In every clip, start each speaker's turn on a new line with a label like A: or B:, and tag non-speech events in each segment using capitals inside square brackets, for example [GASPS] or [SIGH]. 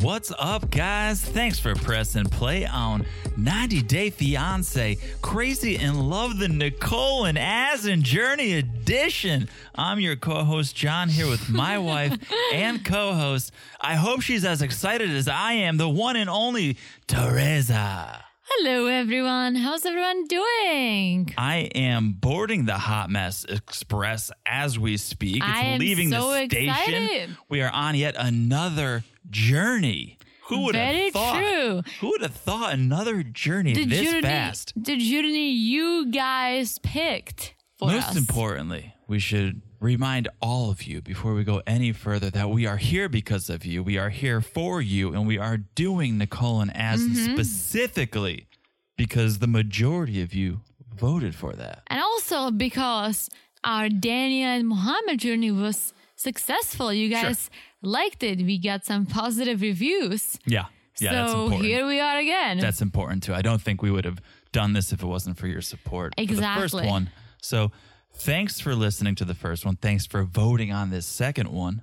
A: What's up, guys? Thanks for pressing play on 90 Day Fiance Crazy in Love, the Nicole and As and Journey Edition. I'm your co host, John, here with my wife and co host. I hope she's as excited as I am, the one and only Teresa.
B: Hello, everyone. How's everyone doing?
A: I am boarding the Hot Mess Express as we speak. It's
B: I am
A: leaving
B: so
A: the station.
B: excited.
A: We are on yet another journey. Who would
B: Very
A: have thought?
B: true.
A: Who would have thought another journey
B: The
A: this
B: journey,
A: fast?
B: the journey you guys picked for
A: Most
B: us.
A: importantly, we should remind all of you before we go any further that we are here because of you. We are here for you, and we are doing Nicole and Aslan
B: Mm-hmm.
A: specifically because the majority of you voted for that.
B: And also because our Dania and Mohammed journey was successful. You guys liked it. We got some positive reviews.
A: Yeah. Yeah, that's
B: so
A: important.
B: here we are
A: [LAUGHS]
B: again.
A: That's important too. I don't think we would have done this if it wasn't for your support for the first
B: Exactly.
A: one. So thanks for listening to the first one. Thanks for voting on this second one.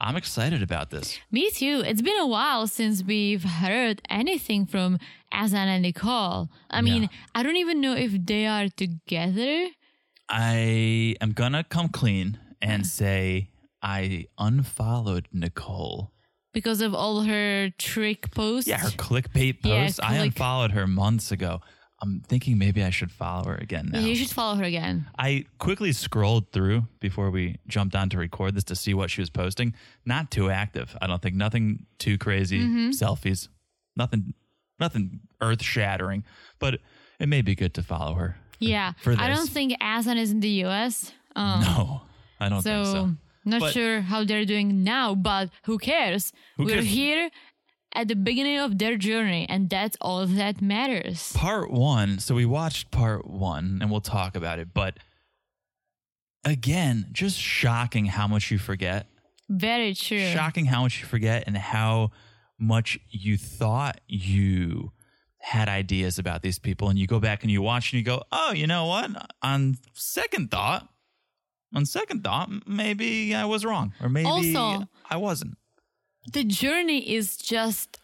A: I'm excited about this.
B: Me too. It's been a while since we've heard anything from Azan and Nicole. I mean,
A: Yeah.
B: I don't even know if they are together.
A: I am gonna come clean and say I unfollowed Nicole.
B: because of all her trick posts.
A: Yeah, her clickbait
B: Yeah,
A: posts. I
B: click-
A: unfollowed her months ago. I'm thinking maybe I should follow her again now.
B: You should follow her again.
A: I quickly scrolled through before we jumped on to record this to see what she was posting. Not too active, I don't think. Nothing too crazy. Selfies, nothing, nothing earth shattering. But it may be good to follow her.
B: Yeah.
A: [LAUGHS] For
B: I
A: this.
B: don't think Asan is in the US. Um,
A: No, I don't
B: so,
A: think so.
B: not
A: But-
B: sure how they're doing now, but who cares?
A: Who
B: We're
A: cares?
B: here at the beginning of their journey, and that's all that matters.
A: Part one. So we watched part one, and we'll talk about it. But again, just shocking how much you forget.
B: Very true.
A: Shocking how much you forget and how much you thought you had ideas about these people. And you go back and you watch and you go, oh, you know what? On second thought, on second thought, m- maybe I was wrong or maybe
B: Also-
A: I wasn't.
B: the journey is just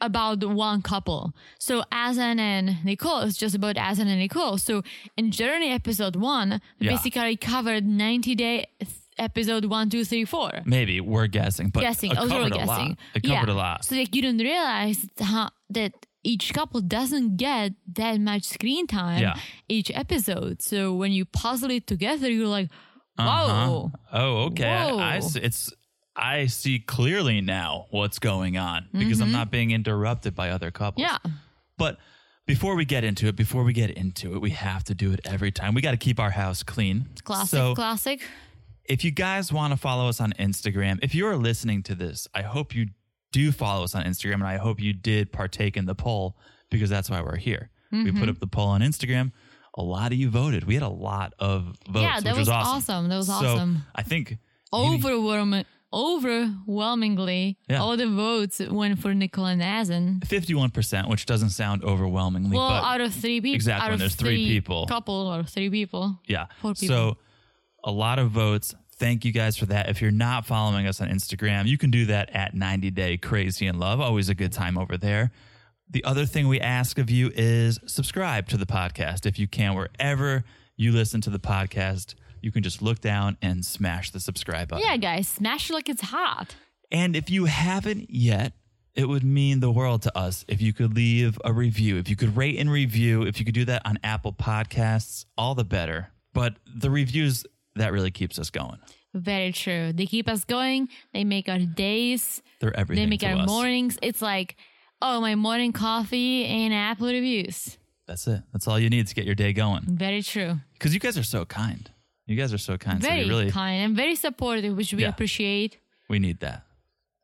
B: about one couple. So Azan and Nicole is just about Azan and Nicole. So in Journey episode one, we
A: Yeah.
B: basically covered 90 day th- episode one, two, three, four.
A: Maybe we're guessing, but
B: guessing.
A: it
B: I was
A: covered
B: really
A: a lot.
B: guessing.
A: It covered
B: yeah.
A: a lot.
B: So like you don't realize how, that each couple doesn't get that much screen time
A: Yeah.
B: each episode. So when you puzzle it together, you're like, whoa.
A: Uh-huh. Oh, okay.
B: Whoa.
A: I, I see, it's I see clearly now what's going on because I'm not being interrupted by other couples.
B: Mm-hmm. Yeah.
A: But before we get into it, before we get into it, we have to do it every time. We got to keep our house clean.
B: Classic,
A: So
B: classic.
A: if you guys want to follow us on Instagram, if you are listening to this, I hope you do follow us on Instagram and I hope you did partake in the poll because that's why we're here. We
B: Mm-hmm.
A: put up the poll on Instagram. A lot of you voted. We had a lot of votes.
B: Yeah, that
A: which
B: was
A: awesome.
B: awesome. That was
A: So
B: awesome.
A: I think you-
B: overwhelming, overwhelmingly,
A: Yeah.
B: all the votes went for Nicole and Azen.
A: 51%, which doesn't sound overwhelmingly,
B: Well,
A: but
B: out of three people,
A: Exactly,
B: Out
A: when
B: of
A: there's three people.
B: couple or three people.
A: yeah.
B: four
A: So
B: people.
A: a lot of votes. Thank you guys for that. If you're not following us on Instagram, you can do that at 90 Day Crazy in Love. Always a good time over there. The other thing we ask of you is subscribe to the podcast if you can, wherever you listen to the podcast. You can just look down and smash the subscribe button.
B: Yeah, guys, smash like it's hot.
A: And if you haven't yet, it would mean the world to us if you could leave a review, if you could rate and review, if you could do that on Apple Podcasts, all the better. But the reviews, that really keeps us going.
B: Very true. They keep us going. They make our days.
A: They're everything.
B: they make
A: to
B: our
A: us.
B: mornings. It's like, oh, my morning coffee and Apple reviews.
A: That's it. That's all you need to get your day going.
B: Very true.
A: Because you guys are so kind. You guys are so kind. so
B: Very
A: we really
B: kind and very supportive, which we
A: Yeah.
B: appreciate.
A: we need that.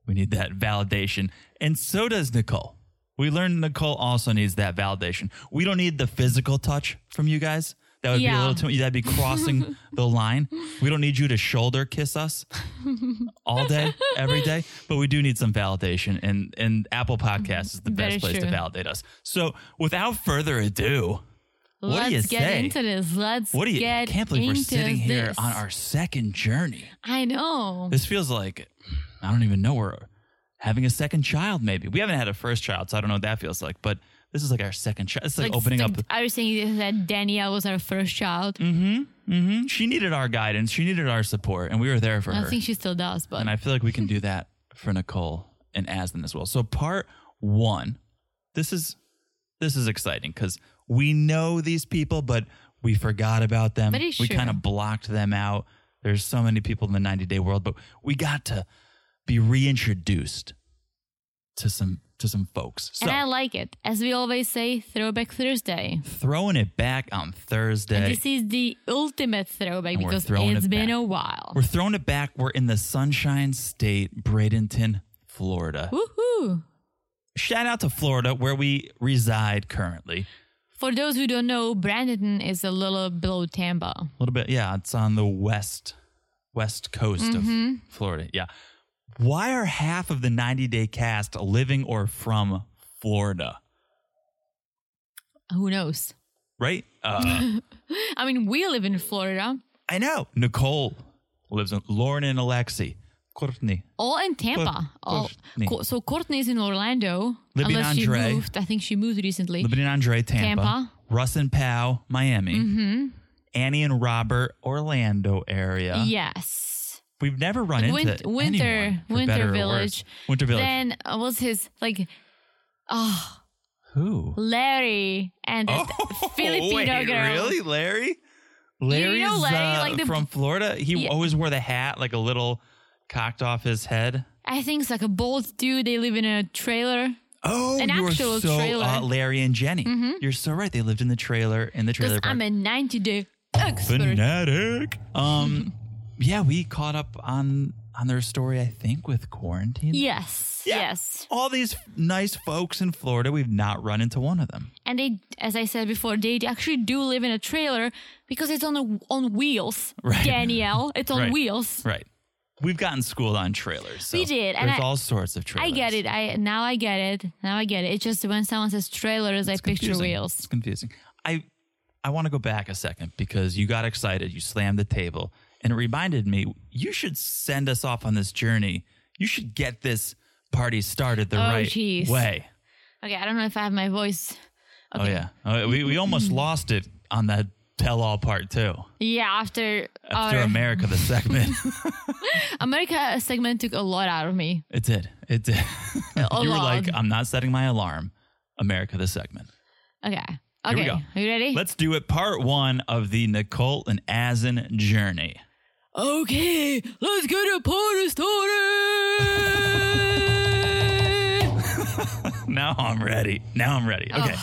A: We need that validation. And so does Nicole. We learned Nicole also needs that validation. We don't need the physical touch from you guys. That would be a
B: Yeah.
A: little too that'd be
B: [LAUGHS]
A: crossing the line. We don't need you to shoulder kiss us all day, every day. But we do need some validation and and Apple Podcasts is the
B: Very
A: best place to
B: true.
A: validate us. So without further ado, What do
B: Let's
A: you
B: get
A: say?
B: into this. Let's
A: What do you?
B: get
A: can't believe we're
B: into
A: sitting here
B: this.
A: on our second journey.
B: I know.
A: This feels like I don't even know we're having a second child. Maybe we haven't had a first child, so I don't know what that feels like. But this is like our second child. It's like, opening
B: like,
A: up.
B: I was saying that Danielle was our first child.
A: hmm She needed our guidance. She needed our support, and we were there for
B: I
A: her.
B: think she still does, but
A: Mm-hmm. and I feel like we can do that for Nicole and Aslan as well. So part one, this is this is exciting because we know these people, but we forgot about them.
B: Very
A: we
B: sure.
A: kind of blocked them out. There's so many people in the 90 day world, but we got to be reintroduced to some to some folks. So
B: and I like it. As we always say, Throwback Thursday.
A: throwing it back on Thursday.
B: And this is the ultimate throwback
A: And we're
B: because
A: throwing
B: it's
A: it
B: been
A: back.
B: a while.
A: We're throwing it back. We're in the Sunshine State, Bradenton, Florida.
B: Woohoo!
A: Shout out to Florida, where we reside currently.
B: For those who don't know, Brandon is a little below Tampa.
A: A little bit, yeah. It's on the west west coast
B: Mm-hmm.
A: of Florida. Yeah. Why are half of the 90 Day cast living or from Florida?
B: Who knows?
A: Right?
B: [LAUGHS]
A: Uh,
B: I mean, we live in Florida,
A: I know. Nicole lives in Lauren and Alexi. Courtney.
B: all in Tampa. all,
A: Courtney.
B: Co- so Courtney's in Orlando.
A: Libby and
B: unless
A: Andre.
B: she moved. I think she moved recently.
A: Liberty and Andre, Tampa.
B: Tampa. Mm-hmm.
A: Russ and Pow, Miami. Annie and Robert, Orlando area.
B: Yes.
A: We've never run into
B: Win- Winter-
A: anyone, for
B: Winter
A: better or
B: Village.
A: worse. Winter Village.
B: Then uh, was his like, oh,
A: Who?
B: Larry and that [LAUGHS]
A: [LAUGHS]
B: Filipino
A: Oh, wait,
B: girl.
A: Really, Larry? Larry's
B: know Larry,
A: uh,
B: like the-
A: from Florida. He
B: Yeah.
A: always wore the hat like a little cocked off his head.
B: I think it's like a bald dude. They live in a trailer.
A: Oh,
B: An
A: you were
B: actual
A: so
B: trailer.
A: uh, Larry and Jenny. You're so right. They lived in the trailer in the
B: Because
A: trailer park.
B: I'm a 90 day expert.
A: fanatic.
B: [LAUGHS]
A: Um, yeah, we caught up on on their story. I think with quarantine.
B: Yes.
A: Yeah.
B: Yes.
A: All these nice folks in Florida, we've not run into one of them.
B: And they, as I said before, they actually do live in a trailer because it's on a, on wheels.
A: [LAUGHS] Right.
B: Danielle, it's on
A: Right.
B: wheels.
A: Right. We've gotten schooled on trailers. So
B: We did,
A: There's
B: and I-
A: all sorts of trailers.
B: I get it. I now I get it. Now I get it. It's just when someone says trailers, I picture
A: confusing. It's
B: wheels.
A: confusing. I I want to go back a second because you got excited, you slammed the table, and it reminded me you should send us off on this journey. You should get this party started the
B: Oh,
A: right
B: jeez.
A: way.
B: Okay, I don't know if I have my voice.
A: Oh yeah, oh, we we almost
B: Mm-hmm.
A: lost it on that tell-all part too.
B: Yeah, after,
A: After
B: our
A: America, the
B: [LAUGHS]
A: segment,
B: America segment took a lot out of me.
A: it did, it did. [LAUGHS] you were
B: lot.
A: like, I'm not setting my alarm. America, the segment.
B: Okay.
A: Here we
B: Okay.
A: go.
B: Are you ready?
A: Let's do it. Part one of the Nicole and Asin journey.
B: Okay, let's get a party
A: [LAUGHS]
B: started.
A: Now I'm ready. Now I'm ready. Okay.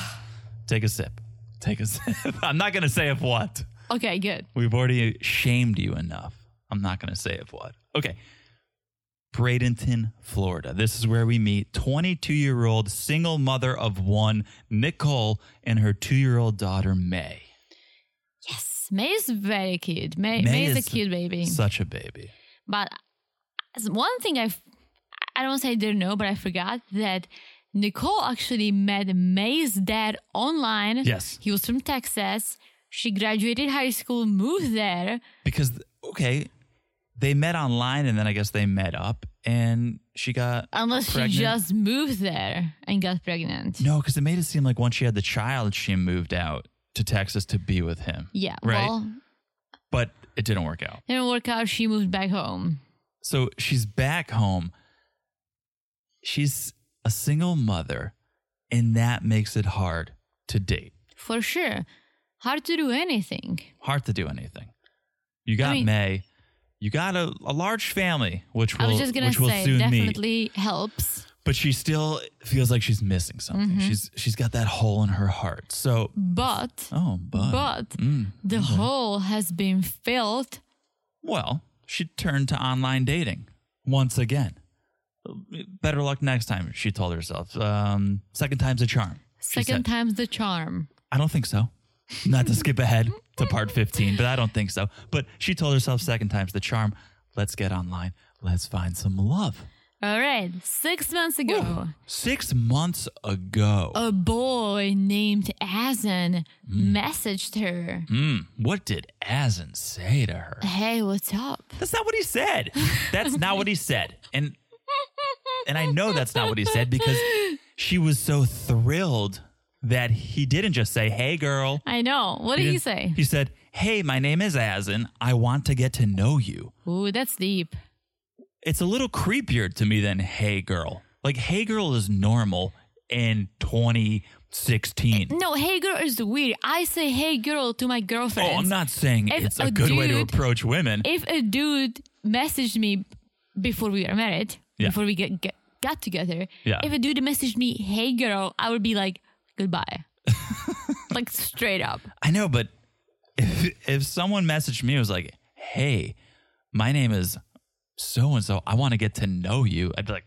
A: Take a sip. Take a [LAUGHS] sip. I'm not going to say of what.
B: [LAUGHS] okay, good.
A: We've already shamed you enough. I'm not going to say of what. Okay. Bradenton, Florida. This is where we meet 22 year old single mother of one, Nicole, and her two year old daughter, May.
B: Yes, May is very cute. May,
A: May
B: May, is,
A: is
B: a cute baby.
A: Such a baby.
B: but as one thing I've, I don't say I didn't know, but I forgot that Nicole actually met May's dad online.
A: Yes.
B: He was from Texas. She graduated high school, moved there.
A: Because, okay, they met online and then I guess they met up and she got.
B: Unless
A: pregnant.
B: she just moved there and got pregnant.
A: No, because it made it seem like once she had the child, she moved out to Texas to be with him.
B: Yeah.
A: Right.
B: Well,
A: But it didn't work out.
B: didn't work out. She moved back home.
A: So she's back home. She's a single mother, and that makes it hard to date,
B: For sure. Hard to do anything.
A: hard to do anything. You got
B: mean-
A: May, you got a, a large family, which
B: I
A: will,
B: was just gonna
A: which will
B: say
A: soon meet.
B: definitely helps.
A: But she still feels like she's missing something.
B: Mm-hmm.
A: She's she's got that hole in her heart. So
B: But
A: oh, but
B: but
A: Mm.
B: the hole has been filled.
A: Well, she turned to online dating once again. Better luck next time, she told herself. Um, second time's a charm. she
B: Second
A: said.
B: time's the charm.
A: I don't think so. Not to skip ahead to part 15, but I don't think so. But she told herself, second time's the charm. Let's get online. Let's find some love.
B: All right. Six months ago,
A: Six months ago.
B: a boy named Azen messaged her,
A: Mm, what did Asin say to her?
B: Hey, what's up?
A: That's not what he said. That's not what he said. And and I know that's not what he said because she was so thrilled that he didn't just say, "Hey, girl."
B: I know. What did he
A: didn't-
B: say?
A: He said, "Hey, my name is Asin. I want to get to know you."
B: Ooh, that's deep.
A: It's a little creepier to me than "Hey, girl." Like "Hey, girl" is normal in 2016.
B: No, hey girl is weird. I say hey girl to my
A: Oh,
B: girlfriend.
A: I'm not saying
B: If
A: it's a,
B: a
A: good way to
B: dude-
A: approach women.
B: If a dude messaged me before we were married,
A: Yeah.
B: before we get, get got together,
A: Yeah.
B: if a dude messaged me, hey girl, I would be like,
A: [LAUGHS]
B: goodbye. like straight up.
A: I know, but if, if someone messaged me and was like, "Hey, my name is so and so. I want to get to know you," I'd be like,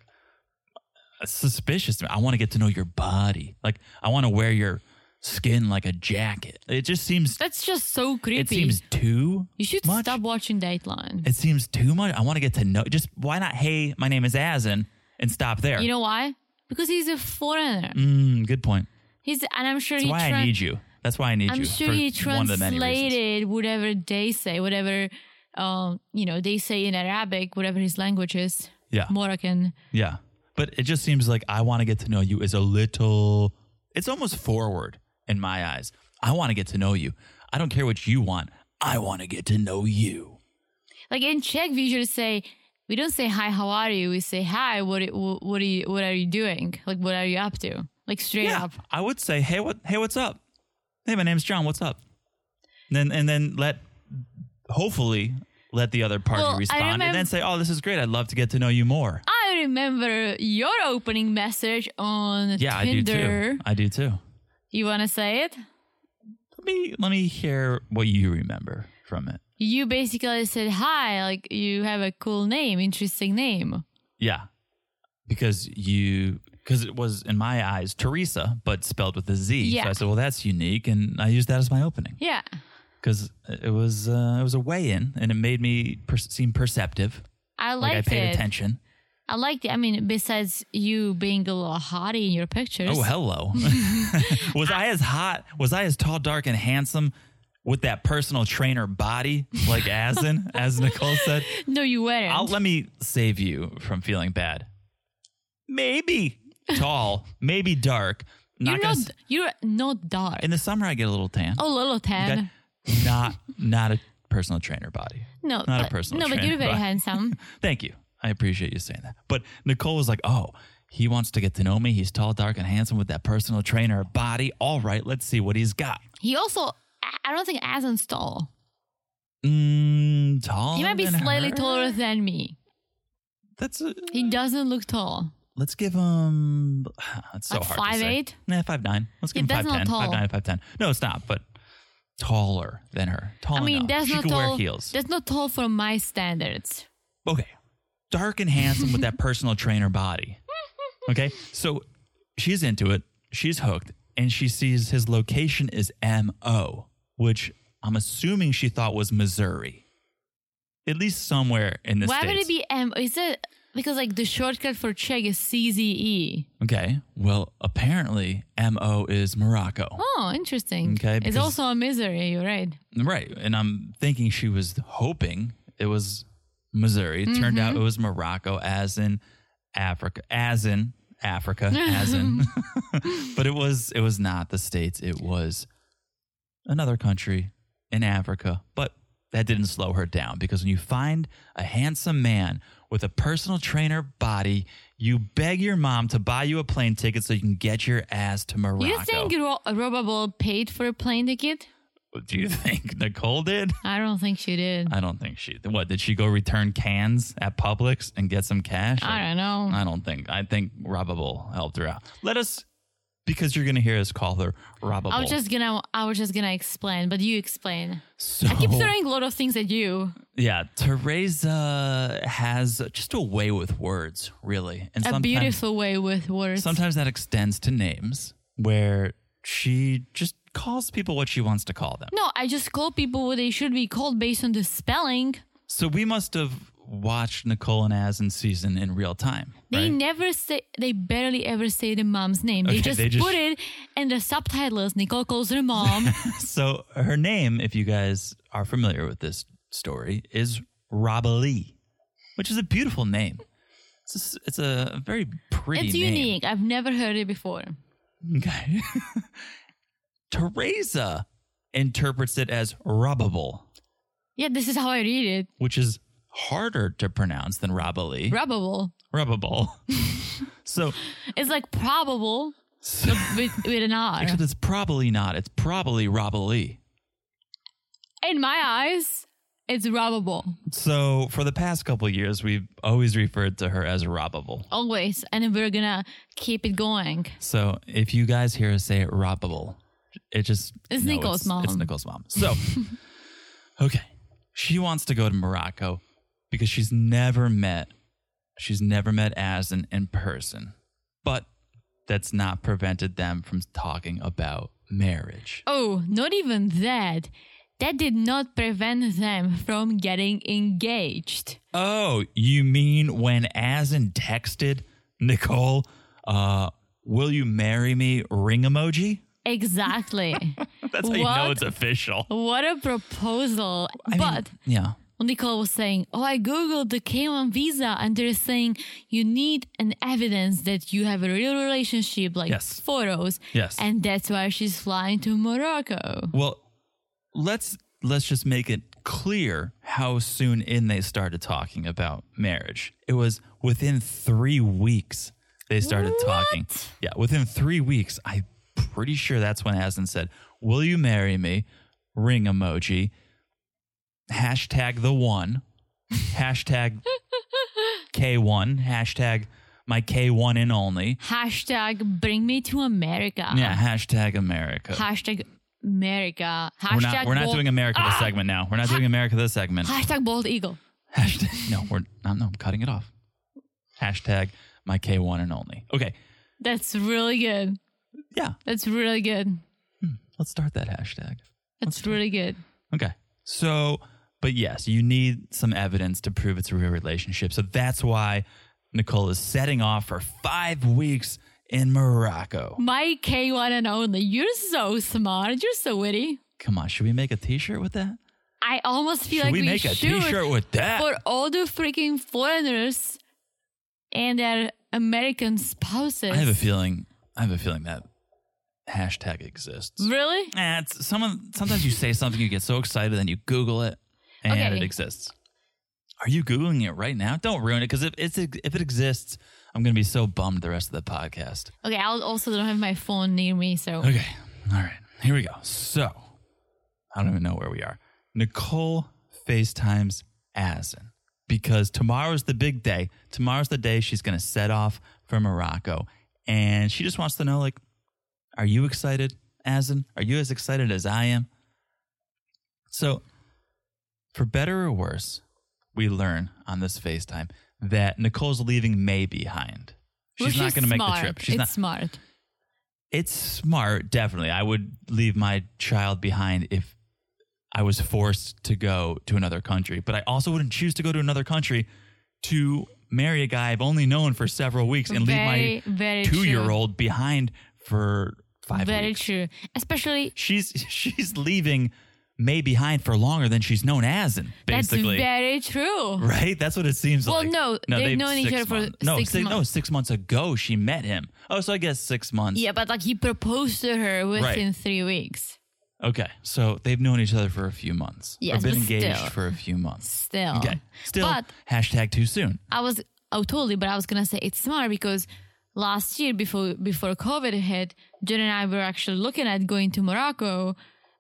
A: uh, "Suspicious to me. I want to get to know your body. Like, I want to wear your skin like a jacket." It just seems.
B: That's just so creepy.
A: It seems too.
B: you should
A: much.
B: stop watching Dateline.
A: It seems too much. I want to get to know. Just why not? Hey, my name is Asin, and stop there.
B: You know why? Because he's a foreigner.
A: Mm, good point.
B: He's and I'm sure
A: That's
B: he
A: why
B: tran-
A: I need you. That's why I need
B: I'm
A: you.
B: sure
A: for
B: he
A: one of the many reasons.
B: translated whatever they say, whatever um, you know, they say in Arabic, whatever his language is.
A: Yeah.
B: Moroccan.
A: Yeah. But it just seems like I want to get to know you is a little, it's almost forward in my eyes. I want to get to know you. I don't care what you want. I want to get to know you.
B: Like in Czech, we usually say we don't say hi, how are you? We say hi, what it- wh- what are you what are you doing? Like what are you up to? Like straight up.
A: I would say, hey, what, hey, what's up? Hey, my name's John. What's up? And then, and then let, hopefully, let the other party
B: Well, I
A: respond
B: remem-
A: and then say, oh, this is great. I'd love to get to know you more.
B: I remember your opening message on
A: Yeah,
B: Tinder.
A: I do too. I do too.
B: You want to say it?
A: Let me, let me hear what you remember from it.
B: You basically said hi, like you have a cool name, interesting name.
A: Yeah. Because you because it was in my eyes Teresa, but spelled with a Z.
B: Yeah.
A: So I said, well, that's unique, and I used that as my opening
B: Yeah.
A: because it was uh, it was a weigh in, and it made me per- seem perceptive,
B: I
A: like I
B: liked
A: paid
B: it.
A: attention.
B: I liked it. I mean, besides you being a little hottie in your pictures.
A: Oh,
B: [LAUGHS]
A: hello. [LAUGHS] was I as hot? Was I as tall, dark, and handsome? With that personal trainer body, like Asin,
B: [LAUGHS]
A: as Nicole said,
B: no, you weren't.
A: I'll, let me save you from feeling bad. Maybe tall, maybe dark.
B: you're
A: gonna
B: not.
A: s-
B: you're not dark.
A: In the summer, I get a little tan.
B: Oh, little tan.
A: Okay? Not not a personal trainer body.
B: No,
A: not a
B: but-
A: personal
B: No, but
A: trainer,
B: you're very
A: but- [LAUGHS]
B: handsome.
A: Thank you. I appreciate you saying that. But Nicole was like, "Oh, he wants to get to know me. He's tall, dark, and handsome with that personal trainer body. All right, let's see what he's got.
B: He also, I- I don't think Asen's tall.
A: Mm, tall.
B: He might be
A: than
B: slightly
A: her?
B: taller than me.
A: That's a,
B: He doesn't look tall.
A: let's give him. It's so
B: Like
A: hard. to say.
B: 5'8"?
A: Nah, five nine. Let's give
B: Yeah,
A: him
B: that's
A: five
B: not
A: ten.
B: tall.
A: Five nine, five ten. No, it's not. But taller than her. Tall
B: I mean,
A: enough.
B: that's
A: she
B: not
A: Oh, could
B: tall.
A: wear heels.
B: That's not tall for my standards.
A: okay, dark and handsome with that personal trainer body. Okay, so she's into it. She's hooked, and she sees his location is M.O., which I'm assuming she thought was Missouri, at least somewhere in the
B: Why
A: states.
B: would it be M? Is it because like the shortcut for Czech is E? CZE?
A: okay, well, apparently M.O. is Morocco,
B: Oh, interesting.
A: Okay,
B: it's
A: because-
B: also a misery. You're right.
A: right? And I'm thinking she was hoping it was Missouri. It turned out it
B: Mm-hmm.
A: was Morocco, as in Africa, as in Africa, as
B: [LAUGHS]
A: in. [LAUGHS] but it was it was not the states. It was another country in Africa. But that didn't slow her down because when you find a handsome man with a personal trainer body, you beg your mom to buy you a plane ticket so you can get your ass to Morocco.
B: You think Ro- Robable paid for a plane ticket?
A: Do you think Nicole did?
B: I don't think she did.
A: I don't think she. What did she go return cans at Publix and get some cash?
B: I don't know.
A: I don't think. I think Robable helped her out. Let us, because you're gonna hear us call her Robable.
B: I was just gonna, I was just gonna explain, but you explain.
A: so,
B: I keep throwing a lot of things at you.
A: Yeah, Teresa has just a way with words, really, and
B: A
A: sometimes
B: beautiful way with words.
A: sometimes that extends to names where she just calls people what she wants to call them.
B: No, I just call people what they should be called based on the spelling.
A: So we must have watched Nicole and As in season in real time.
B: They
A: right?
B: never say, they barely ever say the mom's name.
A: Okay,
B: they, just
A: they just-
B: put it in the subtitles. Nicole calls her mom.
A: so her name, if you guys are familiar with this story, is Robalee, which is a beautiful name. It's a, s- it's a very [LAUGHS] pretty
B: it's
A: name.
B: unique. I've never heard it before.
A: [LAUGHS] Okay. Teresa interprets it as rubbable,
B: Yeah, this is how I read it.
A: which is harder to pronounce than rubbily.
B: Probable. [LAUGHS]
A: rubbable. so,
B: It's like probable
A: so
B: [LAUGHS] with, with an R.
A: except it's probably not. It's probably rubbily.
B: In my eyes, it's robable.
A: So for the past couple of years, we've always referred to her as rubbable.
B: Always. And we're gonna keep it going.
A: So if you guys hear us say rubbable, it just
B: It's Nicole's
A: it's,
B: mom.
A: It's Nicole's mom. So [LAUGHS] okay, she wants to go to Morocco because she's never met she's never met Asin in person, but that's not prevented them from talking about marriage.
B: Oh, not even that. That did not prevent them from getting engaged.
A: Oh, you mean when Asin texted Nicole, uh, "Will you marry me?" Ring emoji. [LAUGHS]
B: Exactly.
A: That's how you know
B: What?
A: it's official.
B: what a proposal.
A: I mean,
B: but
A: yeah.
B: Nicole was saying, Oh, I Googled the K1 visa, and they're saying you need an evidence that you have a real relationship, like
A: Yes.
B: photos.
A: Yes.
B: And that's why she's flying to Morocco.
A: Well, let's let's just make it clear how soon in they started talking about marriage. It was within 3 weeks they started talking. Yeah, within 3 weeks. I'm pretty sure that's when Aslan said, "Will you marry me?" ring emoji. Hashtag the one. Hashtag K1. Hashtag my K1 and only.
B: Hashtag bring me to America.
A: Yeah, hashtag America.
B: Hashtag America. Hashtag Ah!
A: we're not, we're not
B: bald-
A: doing America this segment now. We're not doing America this segment.
B: Hashtag bald eagle.
A: Hashtag, no, we're no, no, I'm cutting it off. Hashtag my K1 and only. Okay.
B: That's really good.
A: Yeah.
B: That's really good.
A: Let's start that hashtag.
B: That's really good.
A: Okay. So, but yes, you need some evidence to prove it's a real relationship. So that's why Nicole is setting off for five weeks in Morocco.
B: My K1 and only. You're so smart. You're so witty.
A: Come on. Should we make a t shirt with that?
B: I almost feel
A: Should
B: like
A: we make a
B: should
A: t shirt with that?
B: for all the freaking foreigners and their American spouses.
A: I have a feeling, I have a feeling that hashtag exists.
B: Really?
A: Eh, it's someone sometimes you say something, you get so excited, then you Google it, and
B: Okay.
A: it exists. Are you googling it right now? Don't ruin it, because if it's if it exists, I'm gonna be so bummed the rest of the podcast.
B: Okay, I also don't have my phone near me, so
A: Okay, all right, here we go. So I don't even know where we are. Nicole FaceTimes Asin because tomorrow's the big day. Tomorrow's the day she's gonna set off for Morocco, and she just wants to know, like, are you excited, Asin? Are you as excited as I am? So, for better or worse, we learn on this FaceTime that Nicole's leaving May behind.
B: Well,
A: She's not going to make the
B: smart.
A: trip. She's
B: it's
A: not.
B: smart.
A: It's smart, definitely. I would leave my child behind if I was forced to go to another country, but I also wouldn't choose to go to another country to marry a guy I've only known for several weeks and
B: very,
A: leave
B: very
A: my
B: true.
A: two-year-old behind for five
B: Very
A: weeks.
B: true. Especially
A: She's [LAUGHS] she's leaving May behind for longer than she's known as, in, basically.
B: that's very true.
A: right? That's what it seems
B: Well,
A: like.
B: no, they've known each
A: six
B: other for
A: months. no,
B: six
A: No,
B: months.
A: six months ago she met him. Oh, so I guess six months.
B: Yeah, but like he proposed to her within three weeks.
A: Okay, so they've known each other for a few months.
B: Yes,
A: or been
B: but
A: engaged
B: still.
A: for a few months.
B: Still.
A: Okay, still
B: But
A: hashtag too soon.
B: I was oh totally, but I was gonna say it's smart because last year before before COVID hit, Jen and I were actually looking at going to Morocco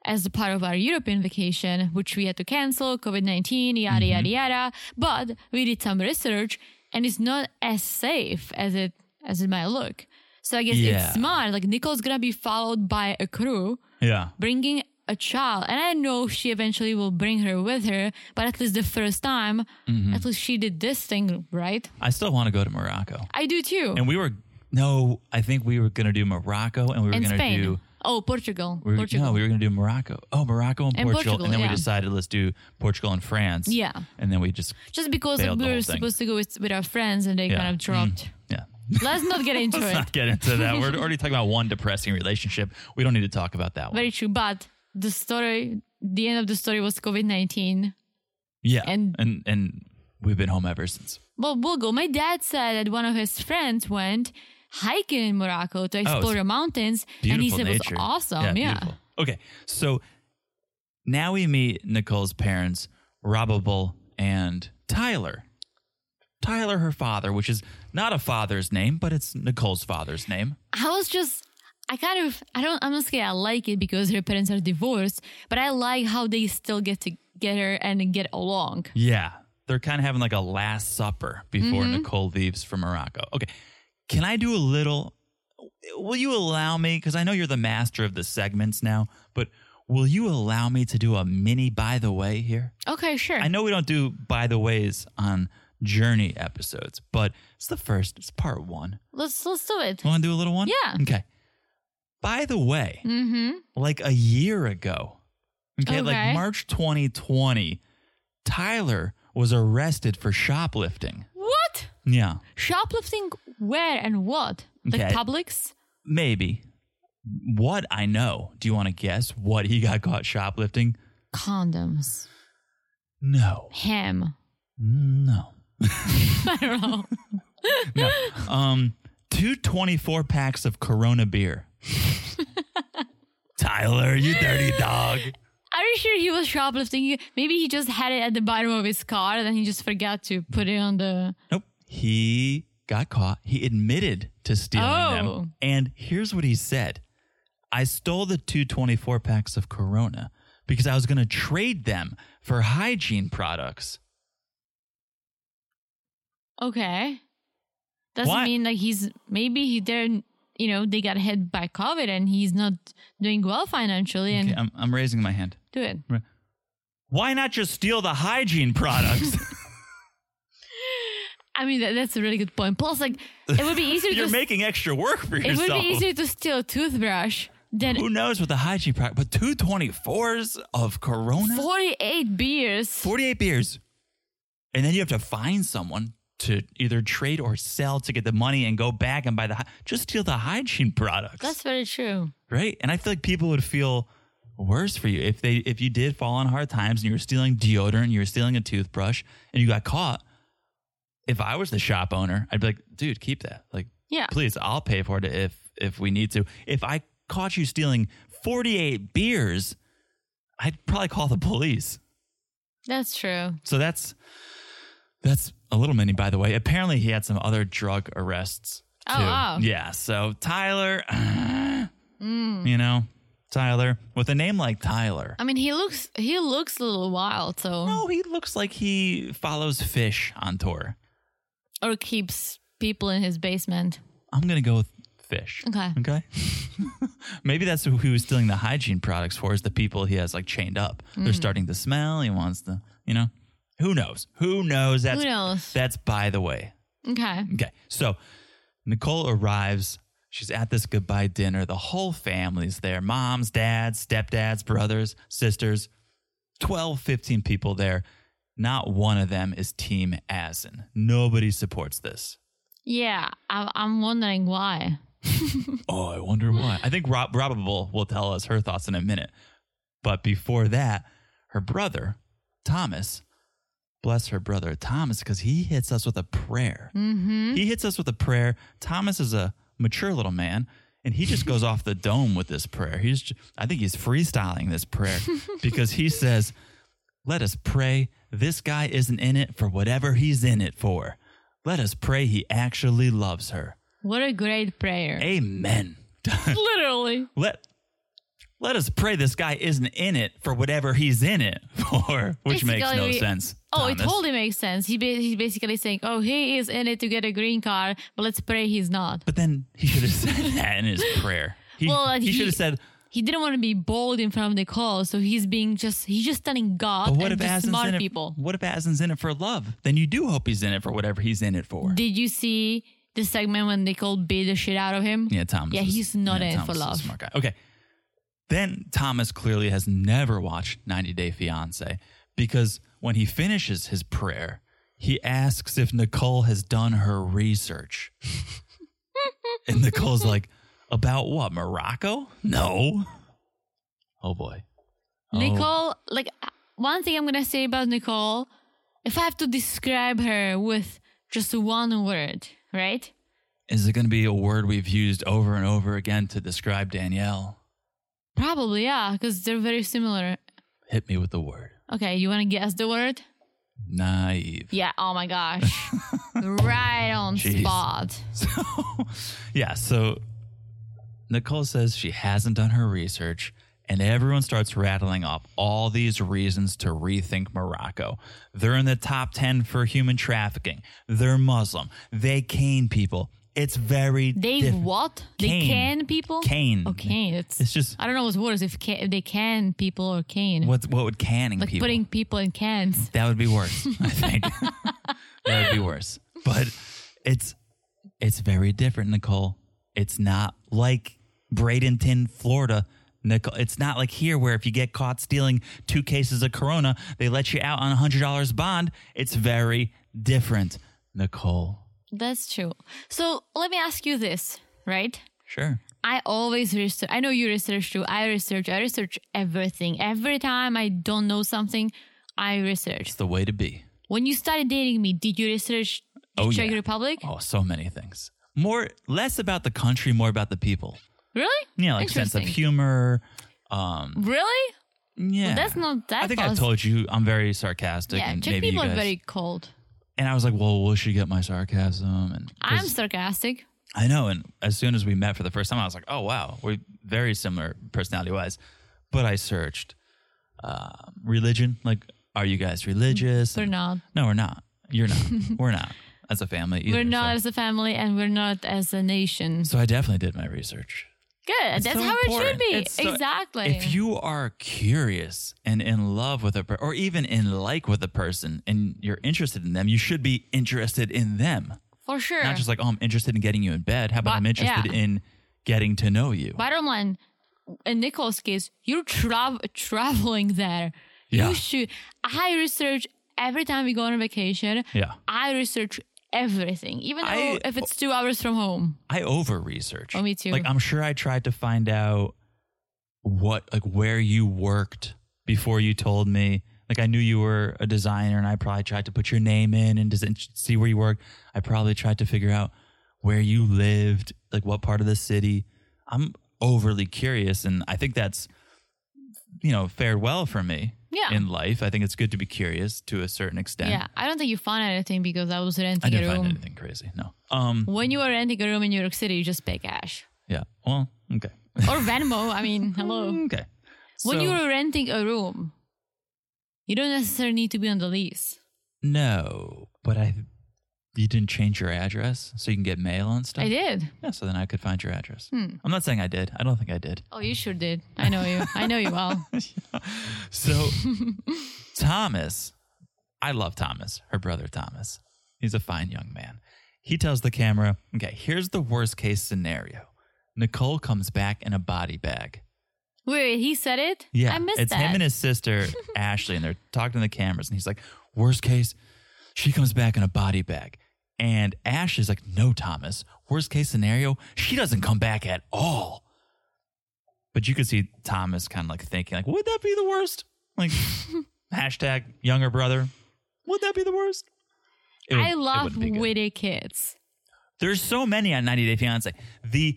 B: as a part of our European vacation, which we had to cancel, COVID nineteen, yada yada yada. But we did some research and it's not as safe as it as it might look. So I guess
A: Yeah.
B: it's smart. Like Nicole's gonna be followed by a crew
A: Yeah,
B: bringing a child and i know she eventually will bring her with her but at least the first time
A: Mm-hmm.
B: at least she did this thing right
A: I still want to go to Morocco,
B: i do too
A: and we were no, I think we were gonna do Morocco, and we were
B: And
A: gonna
B: Spain.
A: do
B: Oh, Portugal.
A: We were,
B: Portugal.
A: No, we were going to do Morocco. Oh, Morocco and,
B: And
A: Portugal,
B: Portugal,
A: and then we
B: yeah.
A: decided let's do Portugal and France.
B: Yeah.
A: and then we just
B: Just because like,
A: Failed the
B: we were
A: whole thing.
B: supposed to go with, with our friends and they
A: yeah.
B: kind of dropped.
A: Mm, yeah.
B: Let's not get
A: [LAUGHS]
B: into
A: Let's
B: it.
A: not get into that.
B: [LAUGHS]
A: We're already talking about one depressing relationship. We don't need to talk about that one.
B: Very true. But the story, the end of the story was COVID 19.
A: yeah,
B: and-
A: and and we've been home ever since.
B: Well, we'll go. My dad said that one of his friends went hiking in Morocco to explore the mountains. And he
A: Oh, Beautiful
B: said
A: nature.
B: it was awesome. Yeah.
A: beautiful. Okay, so now we meet Nicole's parents, Robable and Tyler. Tyler, her father, which is not a father's name, but it's Nicole's father's name.
B: I was just, I kind of, I don't, I'm not saying I like it because her parents are divorced, but I like how they still get together and get along.
A: Yeah. They're kind of having like a last supper before
B: Mm-hmm.
A: Nicole leaves for Morocco. Okay. Can I do a little? Will you allow me? Because I know you're the master of the segments now, but will you allow me to do a mini by the way here?
B: Okay, sure.
A: I know we don't do by the ways on journey episodes, but it's the first, it's part one.
B: Let's let's do it.
A: Want to do a little one?
B: Yeah.
A: Okay. By the way,
B: Mm-hmm.
A: like a year ago. Okay, like
B: Okay.
A: March 2020, Tyler was arrested for shoplifting.
B: What?
A: Yeah,
B: Shoplifting where and what? Like
A: Okay.
B: Publix?
A: maybe. What I know. Do you want to guess what he got caught shoplifting?
B: Condoms.
A: No.
B: Ham.
A: No.
B: I don't know.
A: No. um, two 24 packs of Corona
B: [LAUGHS]
A: beer. Tyler, you dirty dog.
B: Are you sure he was shoplifting? He- Maybe he just had it at the bottom of his car and then he just forgot to put it on the.
A: Nope. He got caught. He admitted to stealing
B: Oh.
A: them. And here's what he said I stole the two 24 packs of Corona because I was going to trade them for hygiene products.
B: Okay. Doesn't
A: Why-
B: mean like he's maybe he didn't. You know they got hit by COVID and he's not doing well financially and
A: Okay, I'm, I'm raising my hand.
B: do it.
A: Why not just steal the
B: [LAUGHS]
A: hygiene products?
B: I mean that, that's a really good point. Plus, like
A: [LAUGHS]
B: it would be easier. to
A: You're making extra work for
B: it
A: yourself.
B: would be easier to steal a toothbrush than
A: Who knows what the hygiene product, but two 24s of Corona?
B: 48 beers.
A: 48 beers. And then you have to find someone to either trade or sell to get the money and go back and buy the hy- just steal the hygiene products.
B: That's very true.
A: right. And I feel like people would feel worse for you if they if you did fall on hard times and you were stealing deodorant, you were stealing a toothbrush, and you got caught. If I was the shop owner, I'd be like, dude, keep that. Like,
B: Yeah.
A: please, I'll pay for it if if we need to. If I caught you stealing 48 beers, I'd probably call the police.
B: That's true.
A: So that's that's a little mini, by the way. Apparently, he had some other drug arrests. Too.
B: Oh, wow.
A: yeah. So Tyler, [SIGHS]
B: Mm.
A: you know, Tyler with a name like Tyler.
B: I mean, he looks he looks a little wild, so
A: No, he looks like he follows fish on tour.
B: or keeps people in his basement.
A: I'm gonna go with fish.
B: Okay.
A: Okay. [LAUGHS] Maybe that's who he was stealing the hygiene products for. Is the people he has like chained up?
B: Mm.
A: They're starting to smell. He wants to, you know. Who knows? Who knows? That's
B: Who knows?
A: That's by the way.
B: Okay.
A: Okay. So Nicole arrives. She's at this goodbye dinner. The whole family's there moms, dads, stepdads, brothers, sisters. 12, 15 people there. Not one of them is Team Asin. Nobody supports this.
B: Yeah, I, I'm wondering why.
A: Oh, I wonder why. I think Rob Robable will tell us her thoughts in a minute. But before that, her brother, Thomas, bless her brother, Thomas, because he hits us with a prayer.
B: Mm-hmm.
A: He hits us with a prayer. Thomas is a mature little man, and he just goes off the dome with this prayer. He's, ju- I think he's freestyling this prayer because he says, "Let us pray. This guy isn't in it for whatever he's in it for. Let us pray he actually loves her."
B: What a great prayer.
A: Amen.
B: [LAUGHS] Literally.
A: let let us pray this guy isn't in it for whatever he's in it [LAUGHS] for, which makes no
B: Basically-
A: sense.
B: Oh, it
A: Thomas.
B: totally makes sense. He ba- he's basically saying, "Oh, he is in it to get a green card, but let's pray he's not."
A: But then he should have
B: [LAUGHS]
A: said that in his prayer. He,
B: Well, and
A: he should
B: he-
A: have said,
B: He didn't want to be bold in front of the call, so he's being just he's just telling God
A: But what
B: and
A: if
B: just
A: Asin's in
B: smart
A: it?
B: people.
A: What if Asin's in it for love? Then you do hope he's in it for whatever he's in it for.
B: Did you see the segment when Nicole beat the shit out of him?
A: yeah, Thomas.
B: Yeah,
A: was-
B: he's not
A: yeah,
B: in it
A: Thomas
B: for
A: is a
B: love.
A: Smart guy. Okay, Then Thomas clearly has never watched 90 Day Fiancé because when he finishes his prayer, he asks if Nicole has done her
B: [LAUGHS]
A: research. and Nicole's like, About what? Morocco? No. Oh boy. Oh.
B: Nicole, like uh, one thing I'm gonna say about Nicole, if I have to describe her with just one word, right?
A: Is it going to be a word we've used over and over again to describe Danielle?
B: Probably, yeah, because they're very similar.
A: Hit me with the word.
B: Okay, you wanna guess the word?
A: Naive.
B: Yeah. Oh my gosh.
A: [LAUGHS]
B: right on
A: Jeez.
B: spot.
A: So, [LAUGHS] yeah, so Nicole says she hasn't done her research, and everyone starts rattling off all these reasons to rethink Morocco. They're in the top 10 for human trafficking, they're Muslim, they cane people. It's very
B: They
A: diff-
B: what? They
A: Cane.
B: can people?
A: Cane.
B: Oh, cane. It's,
A: It's just
B: [LAUGHS] I don't know what's worse if, ca- if they can people or cane.
A: what what would canning
B: like
A: people
B: putting people in cans.
A: That would be worse, I think. [LAUGHS] that would be worse. But it's it's very different, Nicole. It's not like Bradenton, Florida. Nicole, it's not like here where if you get caught stealing two cases of Corona, they let you out on a hundred dollars bond. It's very different, Nicole.
B: That's true. So let me ask you this, right?
A: Sure.
B: I always research. I know you research too. I research. I research everything. Every time I don't know something, I research.
A: It's the way to be.
B: When you started dating me, did you research the
A: Oh,
B: Czech
A: yeah.
B: Republic?
A: Oh, so many things. More less about the country, more about the people.
B: Really?
A: Yeah, like sense of
B: Interesting.
A: humor. Um
B: Really?
A: yeah.
B: That's not that
A: I think
B: possible.
A: I told you I'm very sarcastic.
B: Yeah,
A: and
B: Czech
A: maybe
B: people
A: you guys,
B: are very cold.
A: And I was like, well, will she get my sarcasm? And 'cause-
B: I'm sarcastic.
A: I know. And as soon as we met for the first time, I was like, oh wow, we're very similar personality wise. But I searched uh, religion. Like, are you guys religious?
B: We're not.
A: no, we're not. You're not.
B: [LAUGHS]
A: we're not as a family. Either,
B: we're not
A: So.
B: as a family, and we're not as a nation.
A: so I definitely did my research.
B: Good.
A: It's
B: That's
A: so
B: how it should
A: important.
B: be.
A: It's so-
B: exactly.
A: If you are curious and in love with a person, or even in like with a person, and you're interested in them, you should be interested in them.
B: For sure.
A: Not just like, oh, I'm interested in getting you in bed. How about
B: But-
A: I'm interested
B: yeah.
A: in getting to know you?
B: Bottom line, in Nicole's case, you're trav traveling there.
A: Yeah.
B: You should. I research every time we go on a vacation.
A: Yeah.
B: I research everything, even though
A: I-
B: if it's two hours from home.
A: I over research.
B: Oh, me too.
A: Like, I'm sure I tried to find out what, like, where you worked before you told me. Like, I knew you were a designer and I probably tried to put your name in and just and see where you work. I probably tried to figure out where you lived, like, what part of the city. I'm overly curious. And I think that's, you know, fared well for me
B: Yeah.
A: in life. I think it's good to be curious to a certain extent.
B: Yeah, I don't think you found anything because I was
A: I
B: renting a
A: didn't find
B: room.
A: anything crazy. No. Um.
B: When you are renting a room in New York City, you just pay cash
A: Yeah. Well. Okay.
B: or Venmo. I mean, hello.
A: Okay.
B: When
A: So-
B: you are renting a room, you don't necessarily need to be on the lease.
A: no, but I, you didn't change your address so you can get mail and stuff.
B: I did. Hmm.
A: Yeah. So then I could find your address. I'm not saying I did. I don't think I did.
B: Oh, you sure did. I know you. I know you [LAUGHS] well. [LAUGHS]
A: So Thomas, I love Thomas, her brother Thomas. He's a fine young man. He tells the camera, "Okay, here's the worst case scenario. Nicole comes back in a body bag."
B: Wait, he said it?
A: Yeah,
B: I missed
A: it's
B: that.
A: him and his
B: [LAUGHS]
A: sister Ashley, and they're talking to the cameras, and he's like, "Worst case, she comes back in a body bag." And Ashley's like, "No, Thomas. Worst case scenario, she doesn't come back at all." But you could see Thomas kind of like thinking, like, "Would that be the worst?" Like,
B: [LAUGHS]
A: hashtag younger brother. Would that be the worst? It would-
B: I
A: it
B: love
A: wouldn't be good.
B: witty kids.
A: There's so many on 90 Day Fiance. The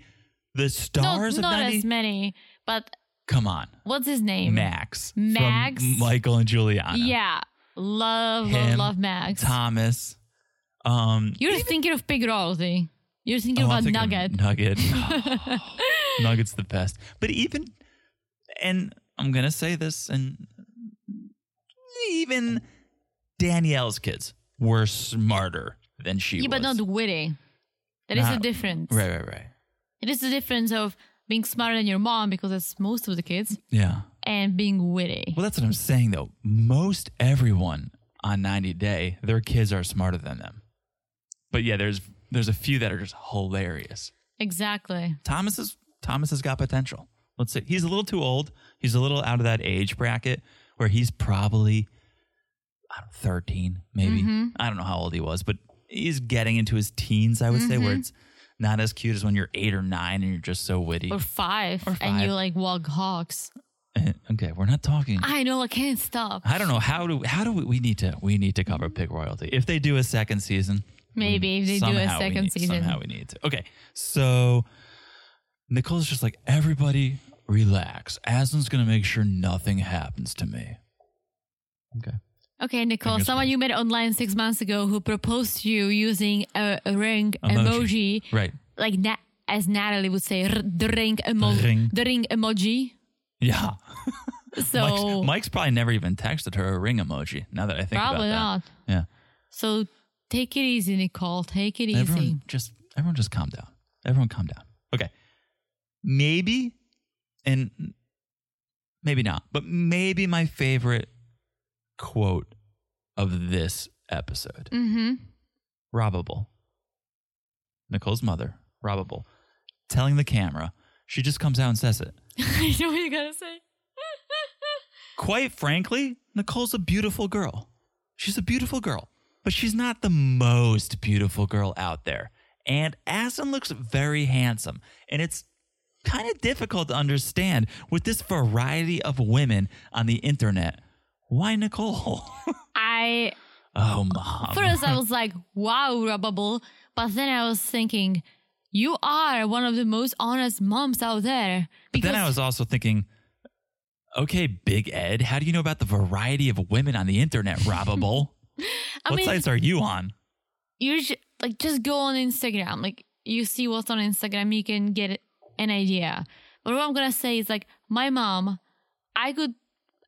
A: the stars
B: no,
A: of
B: not
A: 90.
B: as many, but
A: Come on,
B: what's his name?
A: Max. from
B: Max?
A: Michael and Juliana.
B: Yeah, love,
A: Him,
B: love, love Max.
A: Thomas. Um,
B: You're thinking of Pig Rosie. You're thinking
A: oh, I'm
B: about
A: thinking of
B: Nugget. [LAUGHS]
A: Nugget. Nugget's the best. But even, and I'm going to say this, and even Danielle's kids were smarter than she
B: yeah,
A: was.
B: but not witty. That is
A: Not-
B: the difference.
A: Right, right, right.
B: It is the difference of being smarter than your mom because that's most of the kids,
A: Yeah.
B: and being witty.
A: Well, that's what I'm saying, though. Most everyone on 90 Day, their kids are smarter than them. But yeah, there's there's a few that are just hilarious.
B: Exactly.
A: Thomas is Thomas has got potential. Let's say he's a little too old. He's a little out of that age bracket where he's probably I don't, 13, maybe. I don't know how old he was, but he's getting into his teens, I would say, where it's not as cute as when you're eight or nine and you're just so witty.
B: or five,
A: Or
B: and
A: five.
B: you like walk hawks.
A: [LAUGHS] okay, we're not talking.
B: I know, I can't stop.
A: I don't know how do how do we, we need to we need to cover Pig Royalty if they do a second season.
B: Maybe if they do a
A: somehow we
B: second
A: need-
B: season.
A: Somehow we need to. Okay, so Nicole's just like everybody relax. Aslan's gonna make sure nothing happens to me. Okay.
B: Okay, Nicole,
A: Fingers
B: someone
A: crossed.
B: you met online six months ago who proposed to you using a, a ring
A: Emoji.
B: emoji,
A: Right.
B: like na- as Natalie would say, r- the ring emoji,
A: Ring.
B: the ring emoji.
A: Yeah.
B: So
A: Mike's, Mike's probably never even texted her a ring emoji. Now that I think
B: probably
A: about
B: not.
A: that. Yeah.
B: So take it easy, Nicole. Take it easy.
A: Everyone just everyone just calm down. Everyone calm down. Okay. Maybe and maybe not, but maybe my favorite quote of this episode.
B: Mm-hmm. [LAUGHS]
A: Robable. Nicole's mother, Robable, telling the camera. She just comes out and says it.
B: I know what you gotta say. [LAUGHS]
A: Quite frankly, Nicole's a beautiful girl. She's a beautiful girl, but she's not the most beautiful girl out there. And Aston looks very handsome, and it's kind of difficult to understand with this variety of women on the internet. Why Nicole? [LAUGHS]
B: I
A: oh, mom. [LAUGHS]
B: first I was like, wow, rubbable. But then I was thinking, you are one of the most honest moms out there.
A: But
B: Because
A: then I was also thinking, okay, Big Ed, how do you know about the variety of women on the internet, Robable?
B: [LAUGHS] I
A: what
B: mean,
A: sites are you on?
B: you sh- like just go on Instagram. Like you see what's on Instagram, you can get an idea. But what I'm gonna say is like my mom, I could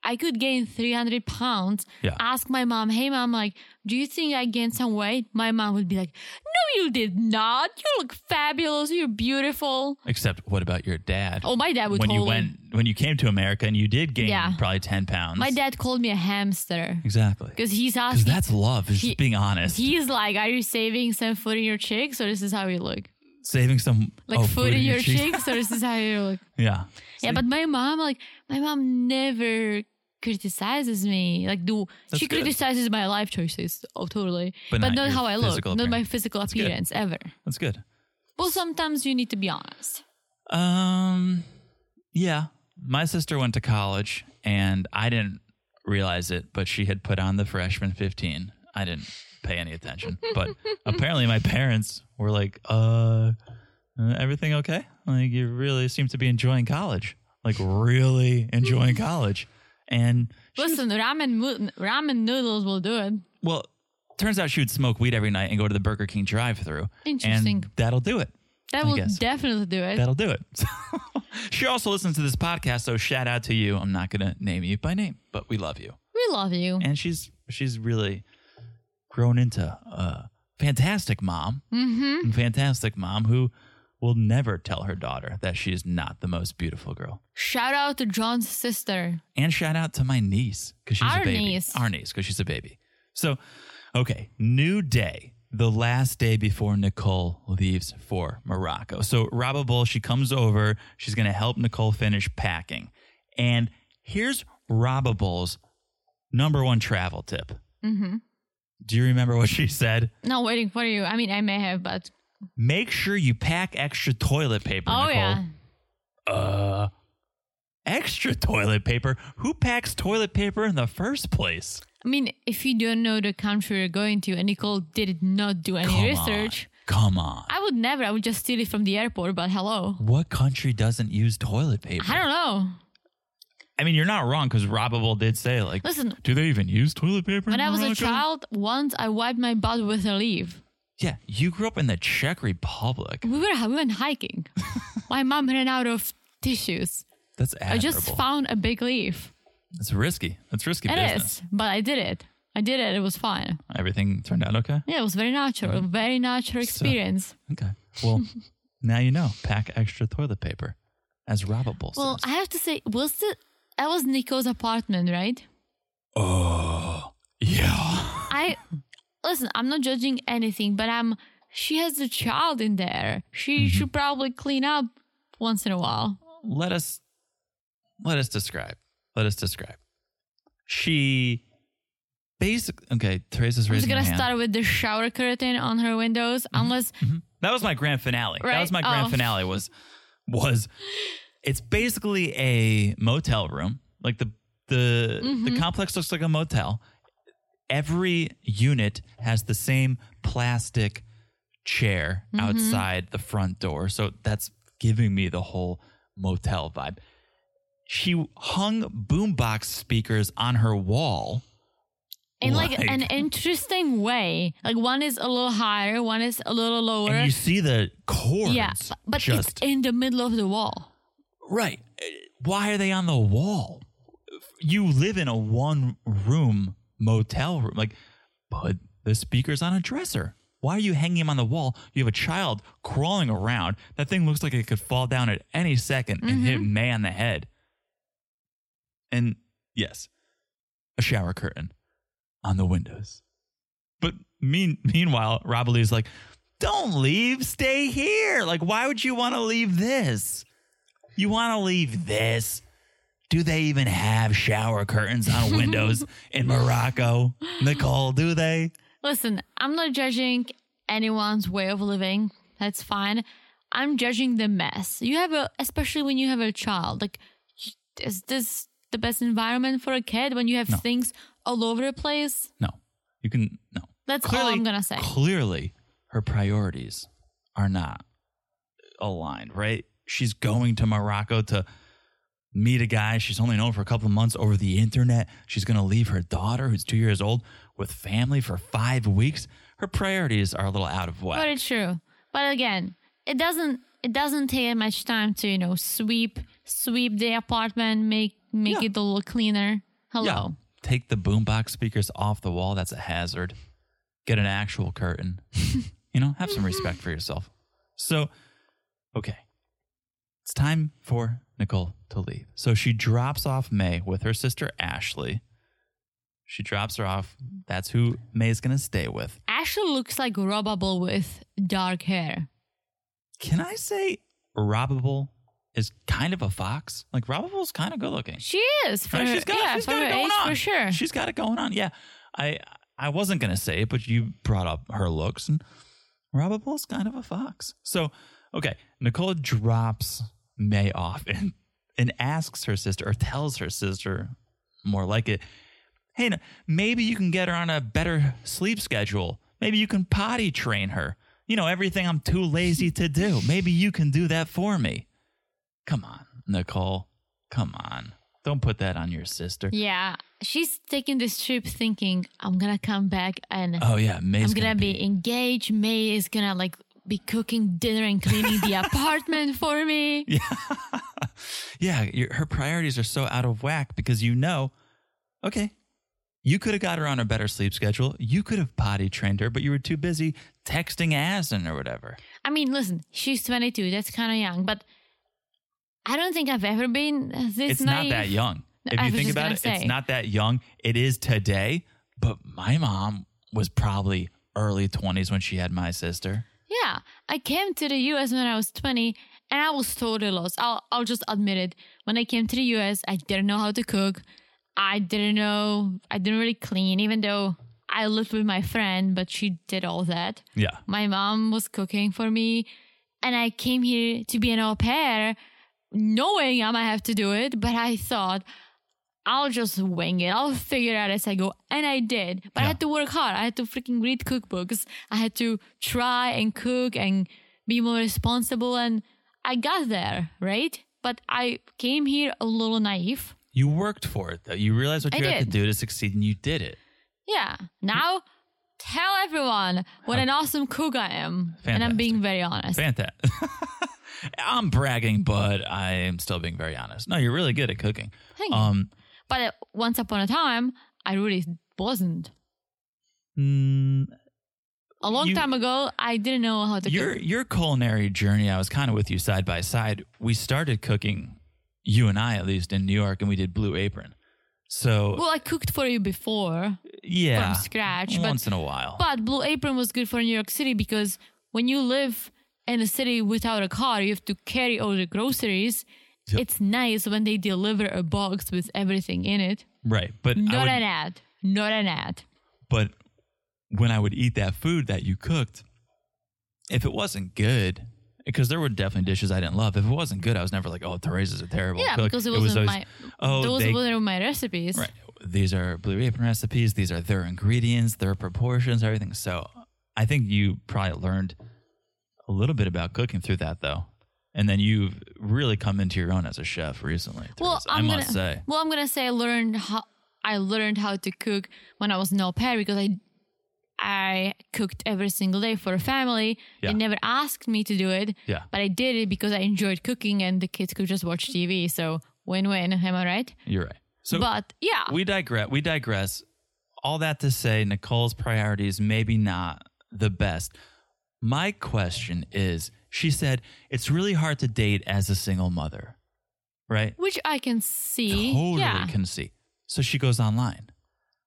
B: I could gain 300 pounds.
A: Yeah.
B: Ask my mom, hey mom, like, do you think I gained some weight? My mom would be like, no, you did not. You look fabulous. You're beautiful.
A: Except, what about your dad?
B: Oh, my dad would
A: when you
B: totally-
A: went when you came to America and you did gain
B: Yeah.
A: probably ten pounds.
B: My dad called me a hamster
A: exactly
B: because he's
A: because
B: asking.
A: that's love. Is
B: he-
A: just being honest,
B: He's like, are you saving some food in your cheeks, or this is how you look?
A: saving some
B: Like
A: oh,
B: food, in your,
A: cheeks.
B: cheeks, or this is how
A: [LAUGHS]
B: you look?
A: Yeah,
B: Yeah,
A: See?
B: but my mom, like, my mom never criticizes me. Like, do
A: That's
B: she
A: good.
B: criticizes my life choices? Oh, totally.
A: But
B: But,
A: not
B: not
A: your
B: how I look,
A: physical
B: not my
A: appearance.
B: physical
A: good.
B: appearance ever.
A: that's good.
B: Well, sometimes you need to be honest.
A: Um, yeah. My sister went to college, and I didn't realize it, but she had put on the freshman fifteen. I didn't pay any attention, but apparently my parents were like, "Uh, uh, everything okay? Like you really seem to be enjoying college. Like really enjoying college." And she was-
B: Listen, ramen mo- ramen noodles will do it.
A: well, turns out she would smoke weed every night and go to the Burger King drive-through.
B: Interesting.
A: And that'll do it.
B: That
A: I
B: will
A: guess.
B: definitely do it.
A: That'll do it. [LAUGHS] she also listens to this podcast, so shout out to you. I'm not gonna name you by name, but we love you.
B: we love you.
A: And she's she's really grown into a fantastic mom,
B: Mm-hmm.
A: and fantastic mom who will never tell her daughter that she is not the most beautiful girl.
B: Shout out to John's sister.
A: And shout out to my niece because she's
B: Our
A: a baby.
B: niece.
A: Our niece because she's a baby. So, okay, new day, the last day before Nicole leaves for Morocco. So, Robable, she comes over. She's going to help Nicole finish packing. And here's Robable's number one travel tip.
B: Mm-hmm.
A: Do you remember what she said?
B: Not waiting for you. I mean, I may have, but
A: Make sure you pack extra toilet paper.
B: oh
A: Nicole.
B: yeah,
A: Uh, extra toilet paper? Who packs toilet paper in the first place?
B: I mean, if you don't know the country you're going to, and Nicole did not do any
A: Come
B: research.
A: On. Come on.
B: I would never. I would just steal it from the airport. But hello,
A: What country doesn't use toilet paper?
B: I don't know.
A: I mean, you're not wrong because Robable did say, like,
B: Listen,
A: do they even use toilet paper?
B: when
A: in
B: I was a
A: Morocco?"
B: child, once I wiped my butt with a leaf.
A: Yeah, you grew up in the Czech Republic.
B: We were we went
A: [LAUGHS]
B: hiking. my mom ran out of tissues.
A: That's admirable.
B: I just found a big leaf.
A: It's risky. That's risky
B: It
A: business.
B: is, but I did it. I did it. It was fine.
A: Everything turned out okay?
B: Yeah, it was very natural. Very natural experience.
A: Okay.
B: [LAUGHS]
A: Well, now you know. Pack extra toilet paper, as Robable
B: well,
A: says.
B: I have to say, was the that was Nico's apartment, right?
A: oh, yeah.
B: I listen. I'm not judging anything, but I'm. She has
A: Mm-hmm.
B: a child in there. She should probably clean up once in a while.
A: Let us let us describe. Let us describe. She basically okay. Teresa's
B: I'm
A: raising
B: just gonna
A: her hand. Mm-hmm.
B: start with the shower curtain on her windows, unless
A: That was my grand finale. That
B: Right?
A: was my grand
B: Oh.
A: finale. Was was it's basically a motel room. Like the the
B: Mm-hmm.
A: the complex looks like a motel. Every unit has the same plastic chair
B: Mm-hmm.
A: outside the front door. So that's giving me the whole motel vibe. She hung boombox speakers on her wall.
B: in like,
A: Like-
B: an interesting way. Like one is a little higher, one is a little lower.
A: And you see the cords.
B: yeah, bu- but
A: just
B: it's in the middle of the wall.
A: Right. Uh, Why are they on the wall? You live in a one room motel room. Like, put the speakers on a dresser. Why are you hanging them on the wall? You have a child crawling around. That thing looks like it could fall down at any 2nd and hit May on the head. And yes, a shower curtain on the windows. But mean, [LAUGHS] meanwhile, Robalie's like, don't leave, stay here. Like, why would you want to leave this? You want to leave this? Do they even have shower curtains
B: [LAUGHS]
A: on windows in Morocco, Nicole? Do they?
B: Listen, I'm not judging anyone's way of living. That's fine. I'm judging the mess. You have a, especially when you have a child. Like, is this the best environment for a kid when you have
A: No.
B: things all over the place?
A: No. You can, no.
B: That's all I'm gonna say.
A: Clearly, her priorities are not aligned, right? She's going to Morocco to meet a guy she's only known for a couple of months over the internet. She's going to leave her daughter, who's two years old, with family for five weeks. Her priorities are a little out of whack.
B: Very true. But again, it doesn't it doesn't take much time to you know sweep sweep the apartment, make make
A: Yeah.
B: it a little cleaner. Hello.
A: Yeah. Take the boombox speakers off the wall. That's a hazard. Get an actual curtain. you know, have some respect for yourself. So, okay. It's time for Nicole to leave. So she drops off May with her sister Ashley. She drops her off. That's who May's going to stay with.
B: Ashley looks like Robable with dark hair.
A: Can I say Robable is kind of a fox? Like, Robable's kind of good looking.
B: She is for
A: Right,
B: her,
A: she's got,
B: yeah,
A: she's
B: for
A: got
B: her
A: it going
B: age
A: on.
B: for sure.
A: She's got it going on. Yeah. I I wasn't gonna say it, but you brought up her looks and Robert Bull's kind of a fox. So okay, Nicole drops May off and and asks her sister or tells her sister more like it, hey, n- maybe you can get her on a better sleep schedule. Maybe you can potty train her. You know, everything I'm too lazy to do. Maybe you can do that for me. Come on, Nicole. Come on. Don't put that on your sister.
B: yeah, she's taking this trip thinking I'm gonna come back and
A: Oh yeah, May's
B: I'm gonna, be, engaged. May is gonna like be cooking dinner and cleaning
A: [LAUGHS]
B: the apartment for me.
A: Yeah, your, her priorities are so out of whack because you know, okay, you could have got her on a better sleep schedule. You could have potty trained her, but you were too busy texting Asin or whatever.
B: I mean, listen, she's 22. That's kind of young, but I don't think I've ever been this
A: It's, not
B: naive.
A: that young. If
B: I
A: you
B: was
A: think
B: just
A: about
B: gonna
A: it, it's
B: say.
A: not that young. It is today, but my mom was probably early 20s when she had my sister.
B: Yeah, I came to the US when I was 20 and I was totally lost. I'll, I'll just admit it. When I came to the US, I didn't know how to cook. I didn't know, I didn't really clean, even though I lived with my friend, but she did all that.
A: Yeah.
B: My mom was cooking for me, and I came here to be an au pair, knowing I might have to do it, but I thought I'll just wing it. I'll figure it out as I go. And I did. But I
A: Yeah.
B: had to work hard. I had to freaking read cookbooks. I had to try and cook and be more responsible. And I got there, right? But I came here a little naive.
A: You worked for it though. You realized what
B: I
A: you had to
B: did.
A: do to succeed and you did it.
B: Yeah. Now tell everyone what an awesome cook I am. And I'm being very honest.
A: Fantastic. [LAUGHS] I'm bragging, but I am still being very honest. No, you're really good at cooking.
B: Thank you.
A: Um,
B: But uh, once upon a time, I really wasn't.
A: mm,
B: A long
A: You-
B: time ago, I didn't know how to
A: your
B: cook.
A: your culinary journey, I was kind of with you side by side. We started cooking, you and I at least in New York, and we did Blue Apron. So
B: Well, I cooked for you before
A: yeah,
B: from scratch, but
A: once in a while.
B: but Blue Apron was good for New York City because when you live in a city without a car, you have to carry all the groceries,
A: Yep.
B: It's nice when they deliver a box with everything in it.
A: Right. But I
B: Not
A: would-
B: an ad. Not an ad.
A: but when I would eat that food that you cooked, if it wasn't good, because there were definitely dishes I didn't love. If it wasn't good, I was never like, "Oh, Theresa's a terrible
B: Yeah,
A: cook."
B: because it wasn't
A: always,
B: my
A: Oh,
B: those
A: they,
B: weren't my recipes.
A: right. These are blue apron recipes. These are their ingredients, their proportions, everything. So I think you probably learned a little bit about cooking through that, though. And then you've really come into your own as a chef recently.
B: Well,
A: Theresa,
B: I'm
A: I
B: gonna,
A: must say.
B: Well, I'm gonna say I learned how I learned how to cook when I was in au pair because I I cooked every single day for a family.
A: Yeah.
B: They never asked me to do it,
A: Yeah.
B: but I did it because I enjoyed cooking and the kids could just watch TV. So win-win. Am I right?
A: You're right. So
B: but yeah,
A: we digress. We digress. All that to say, Nicole's priorities maybe not the best. My question is, she said it's really hard to date as a single mother, right?
B: which I can see.
A: Totally
B: yeah,
A: can see. So she goes online.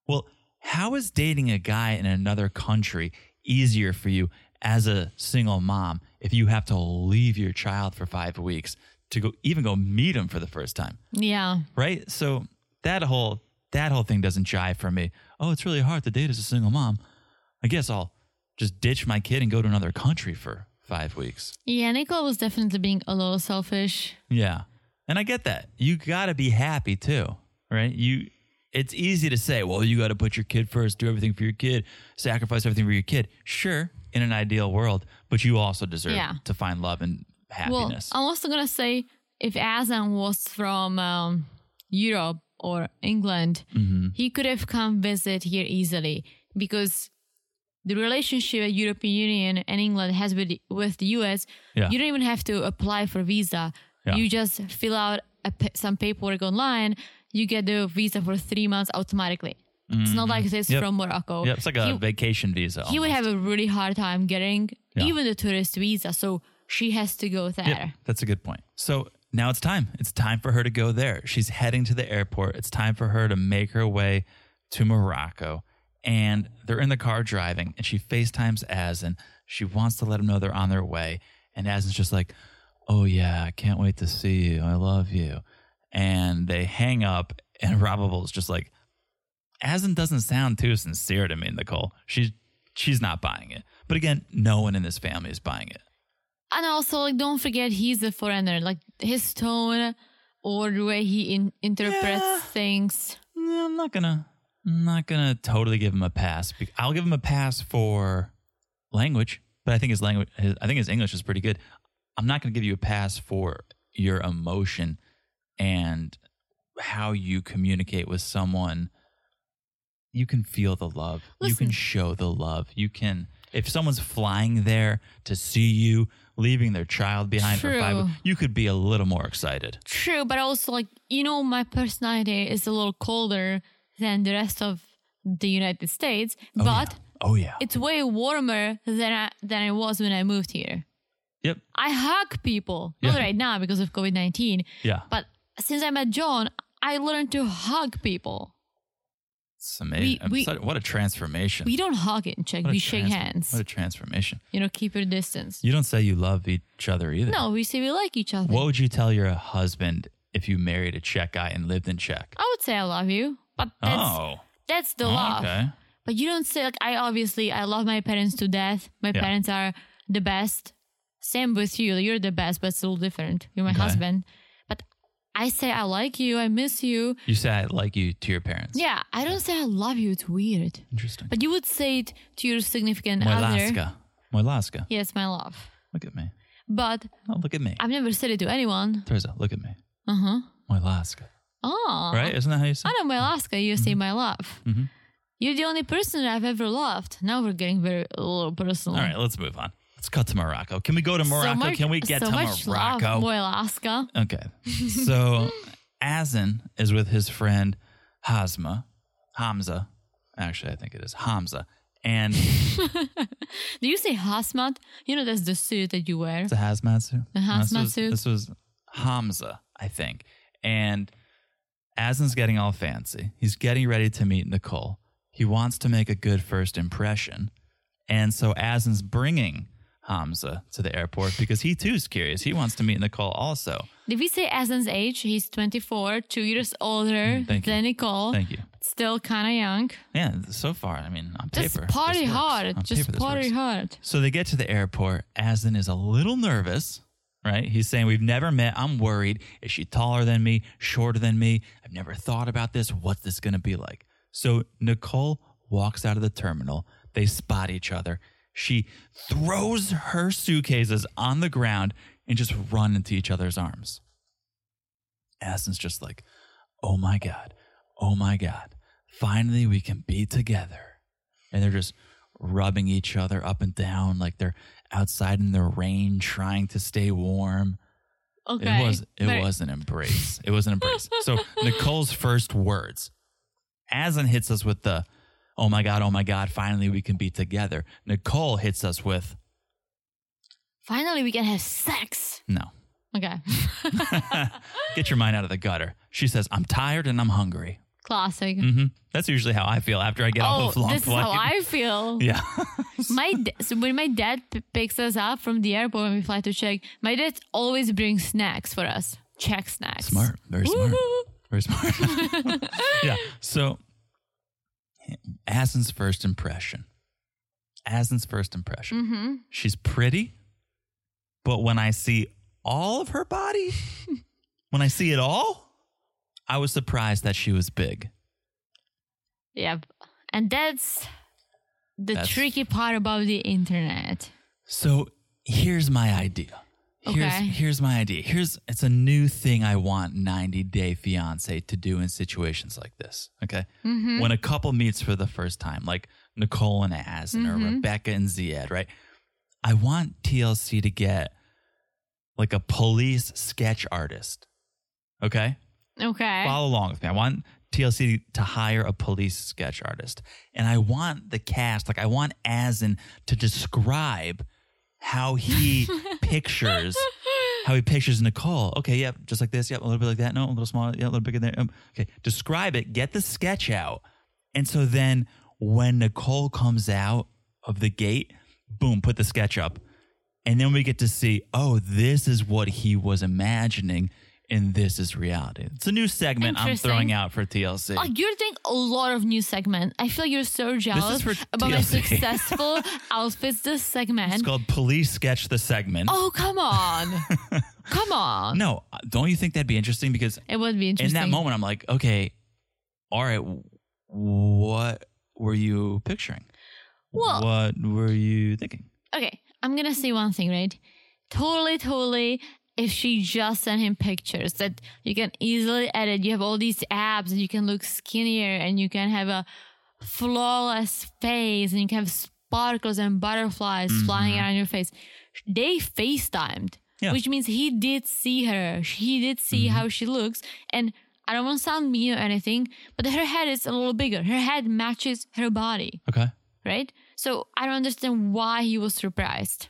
A: Well, how is dating a guy in another country easier for you as a single mom if you have to leave your child for five weeks to go even go meet him for the first time?
B: yeah.
A: right? So that whole that whole thing doesn't jive for me. Oh, it's really hard to date as a single mom. I guess I'll just ditch my kid and go to another country for five weeks.
B: Yeah, Nicole was definitely being a little selfish.
A: Yeah, and I get that. You got to be happy too, right? You. It's easy to say, well, you got to put your kid first, do everything for your kid, sacrifice everything for your kid. Sure, in an ideal world, but you also deserve
B: Yeah.
A: to find love and happiness.
B: Well, oh, I'm also gonna say if Azan was from um, Europe or England,
A: Mm-hmm.
B: he could have come visit here easily because the relationship of European Union and England has with the, with the US.
A: Yeah.
B: You don't even have to apply for visa.
A: Yeah.
B: You just fill out a, pa- some paperwork online. You get the visa for three months automatically. It's not like this
A: Mm-hmm. Yep.
B: from Morocco.
A: yeah, it's like a
B: He-
A: vacation visa.
B: he would
A: almost.
B: have a really hard time getting
A: Yeah.
B: even the tourist visa. So she has to go there.
A: Yeah, that's a good point. So now it's time. It's time for her to go there. She's heading to the airport. It's time for her to make her way to Morocco. And they're in the car driving, and she FaceTimes Azin. She wants to let him know they're on their way. And Azin's just like, Oh, yeah, I can't wait to see you. I love you. And they hang up, and [LAUGHS] Robable's just like, Azin doesn't sound too sincere to me, Nicole. She's, she's not buying it. But again, no one in this family is buying it.
B: And also, like, don't forget he's a foreigner. Like his tone or the way he in- interprets
A: Yeah.
B: things.
A: No, I'm not gonna. I'm not gonna totally give him a pass. Be- I'll give him a pass for language, but I think his language, his, I think his English is pretty good. I'm not gonna give you a pass for your emotion and how you communicate with someone. You can feel the love. You
B: Listen.
A: can show the love. You can. If someone's flying there to see you, leaving their child behind for five,
B: True.
A: weeks, you could be a little more excited.
B: True, but also like you know, my personality is a little colder than the rest of the United States,
A: Oh, yeah.
B: but
A: oh yeah,
B: it's way warmer than I, than I was when I moved here.
A: yep,
B: I hug people, not
A: Yeah.
B: right now because of COVID nineteen,
A: yeah.
B: but since I met John, I learned to hug people.
A: It's amazing.
B: We- we-
A: Such- what a transformation.
B: We don't hug in Czech;
A: What a
B: we shake
A: trans-
B: hands.
A: What a transformation.
B: You know, keep your distance.
A: You don't say you love each other either.
B: No, we say we like each other.
A: What would you tell your husband if you married a Czech guy and lived in Czech?
B: I would say I love you, but that's
A: oh,
B: that's the love.
A: okay.
B: But you don't say like I obviously I love my parents to death. My
A: Yeah.
B: parents are the best. Same with you. You're the best, but it's a little different. You're my
A: Okay.
B: husband. But I say I like you. I miss you.
A: You say I like you to your parents.
B: Yeah, I don't say I love you. It's weird.
A: Interesting.
B: But you would say it to your significant
A: Moje
B: other.
A: láska. Moje láska.
B: Yes, my love.
A: Look at me.
B: But
A: Oh, look at me.
B: I've never said it to anyone.
A: Teresa, look at me.
B: Uh huh.
A: Moje láska.
B: Oh.
A: Right? Isn't that how you say
B: I know my Alaska. You say my love.
A: Mhm.
B: You're the only person I've ever loved. Now we're getting very a little personal.
A: All right, let's move on. Let's cut to Morocco. Can we go to Morocco?
B: So much,
A: Can we get
B: so
A: to
B: much
A: Morocco?
B: Love, boy, Alaska.
A: Okay. So Azin is with his friend Hazma, Hamza. Actually, I think it is Hamza. And it's
B: Do you say hazmat? You know that's the suit that you wear.
A: a hazmat suit.
B: The
A: No, this
B: hazmat
A: was-
B: suit.
A: This was Hamza, I think. And Azin's getting all fancy. He's getting ready to meet Nicole. He wants to make a good first impression. And so Azin's bringing Hamza to the airport because he too is curious. He wants to meet Nicole also.
B: Did we say Azan's age? He's 24, two years older
A: Mm, thank you.
B: than Nicole.
A: Thank you.
B: Still kind of young.
A: Yeah, so far, I mean, on
B: Just
A: paper.
B: party
A: this works.
B: hard.
A: On
B: Just
A: paper, this
B: party
A: works.
B: hard.
A: So they get to the airport. Aslan is a little nervous, right? He's saying, We've never met. I'm worried. Is she taller than me? Shorter than me? I've never thought about this. What's this going to be like? So Nicole walks out of the terminal. They spot each other. She throws her suitcases on the ground and just run into each other's arms. Aslan's just like, Oh my God. Oh my God. Finally, we can be together and they're just rubbing each other up and down like they're outside in the rain trying to stay warm.
B: Okay.
A: It was it
B: But
A: was an embrace. It was an embrace. so
B: [LAUGHS]
A: Nicole's first words. Aslan hits us with the oh my god, oh my god, finally we can be together. Nicole hits us with
B: Finally, we can have sex.
A: no. [LAUGHS]
B: Okay.
A: Get your mind out of the gutter. She says, I'm tired and I'm hungry.
B: Classic.
A: hmm That's usually how I feel after I get
B: Oh,
A: off a long
B: this is
A: flight.
B: how I
A: [LAUGHS]
B: feel.
A: yeah.
B: My d- so when my dad p- picks us up from the airport when we fly to Czech, my dad always brings snacks for us. Czech snacks.
A: Smart. Very smart.
B: Woo-hoo.
A: Very smart. [LAUGHS]
B: [LAUGHS]
A: yeah. So, Asin's first impression. Asin's first
B: Mm.
A: impression.
B: Mm-hmm.
A: She's pretty, but when I see all of her body, when I see it all, I was surprised that she was big.
B: Yep. And that's the
A: That's-
B: tricky part about the internet.
A: So here's my idea. Here's
B: Okay.
A: here's my idea. Here's it's a new thing I want 90 Day Fiance to do in situations like this. Okay.
B: Mm-hmm.
A: When a couple meets for the first time, like Nicole and Asin or Rebecca and Ziad, right? I want TLC to get like a police sketch artist. Okay?
B: Okay.
A: follow along with me. I want TLC to hire a police sketch artist, and I want the cast, like I want Asin to describe how he pictures how he pictures Nicole. Okay, yep, just like this. Yep, a little bit like that. No, a little smaller. Yeah, a little bigger there. Um, okay, describe it. Get the sketch out, and so then when Nicole comes out of the gate, boom, put the sketch up. And then we get to see, oh, this is what he was imagining, and this is reality. It's a new segment I'm
B: Interesting. Oh,
A: throwing out for TLC.
B: Like you're doing a lot of new segments. I feel you're so jealous
A: for
B: about my
A: TLC. [LAUGHS]
B: successful outfits
A: it's
B: this segment.
A: called Police Sketch the Segment.
B: Oh
A: [LAUGHS]
B: come on. come on.
A: No, don't you think that'd be interesting? Because
B: It would be
A: in
B: interesting.
A: that moment, I'm like, okay, all right, w- what were you picturing?
B: Well-
A: what were you thinking?
B: Okay, I'm gonna say one thing, right? Totally, totally. If she just sent him pictures that you can easily edit, you have all these abs, and you can look skinnier, and you can have a flawless face, and you can have sparkles and butterflies flying around your face. They FaceTimed,
A: Yeah.
B: which means he did see her. He did see how she looks, and I don't want to sound mean or anything, but her head is a little bigger. Her head matches her body
A: Okay.
B: right? So I don't understand why he was surprised.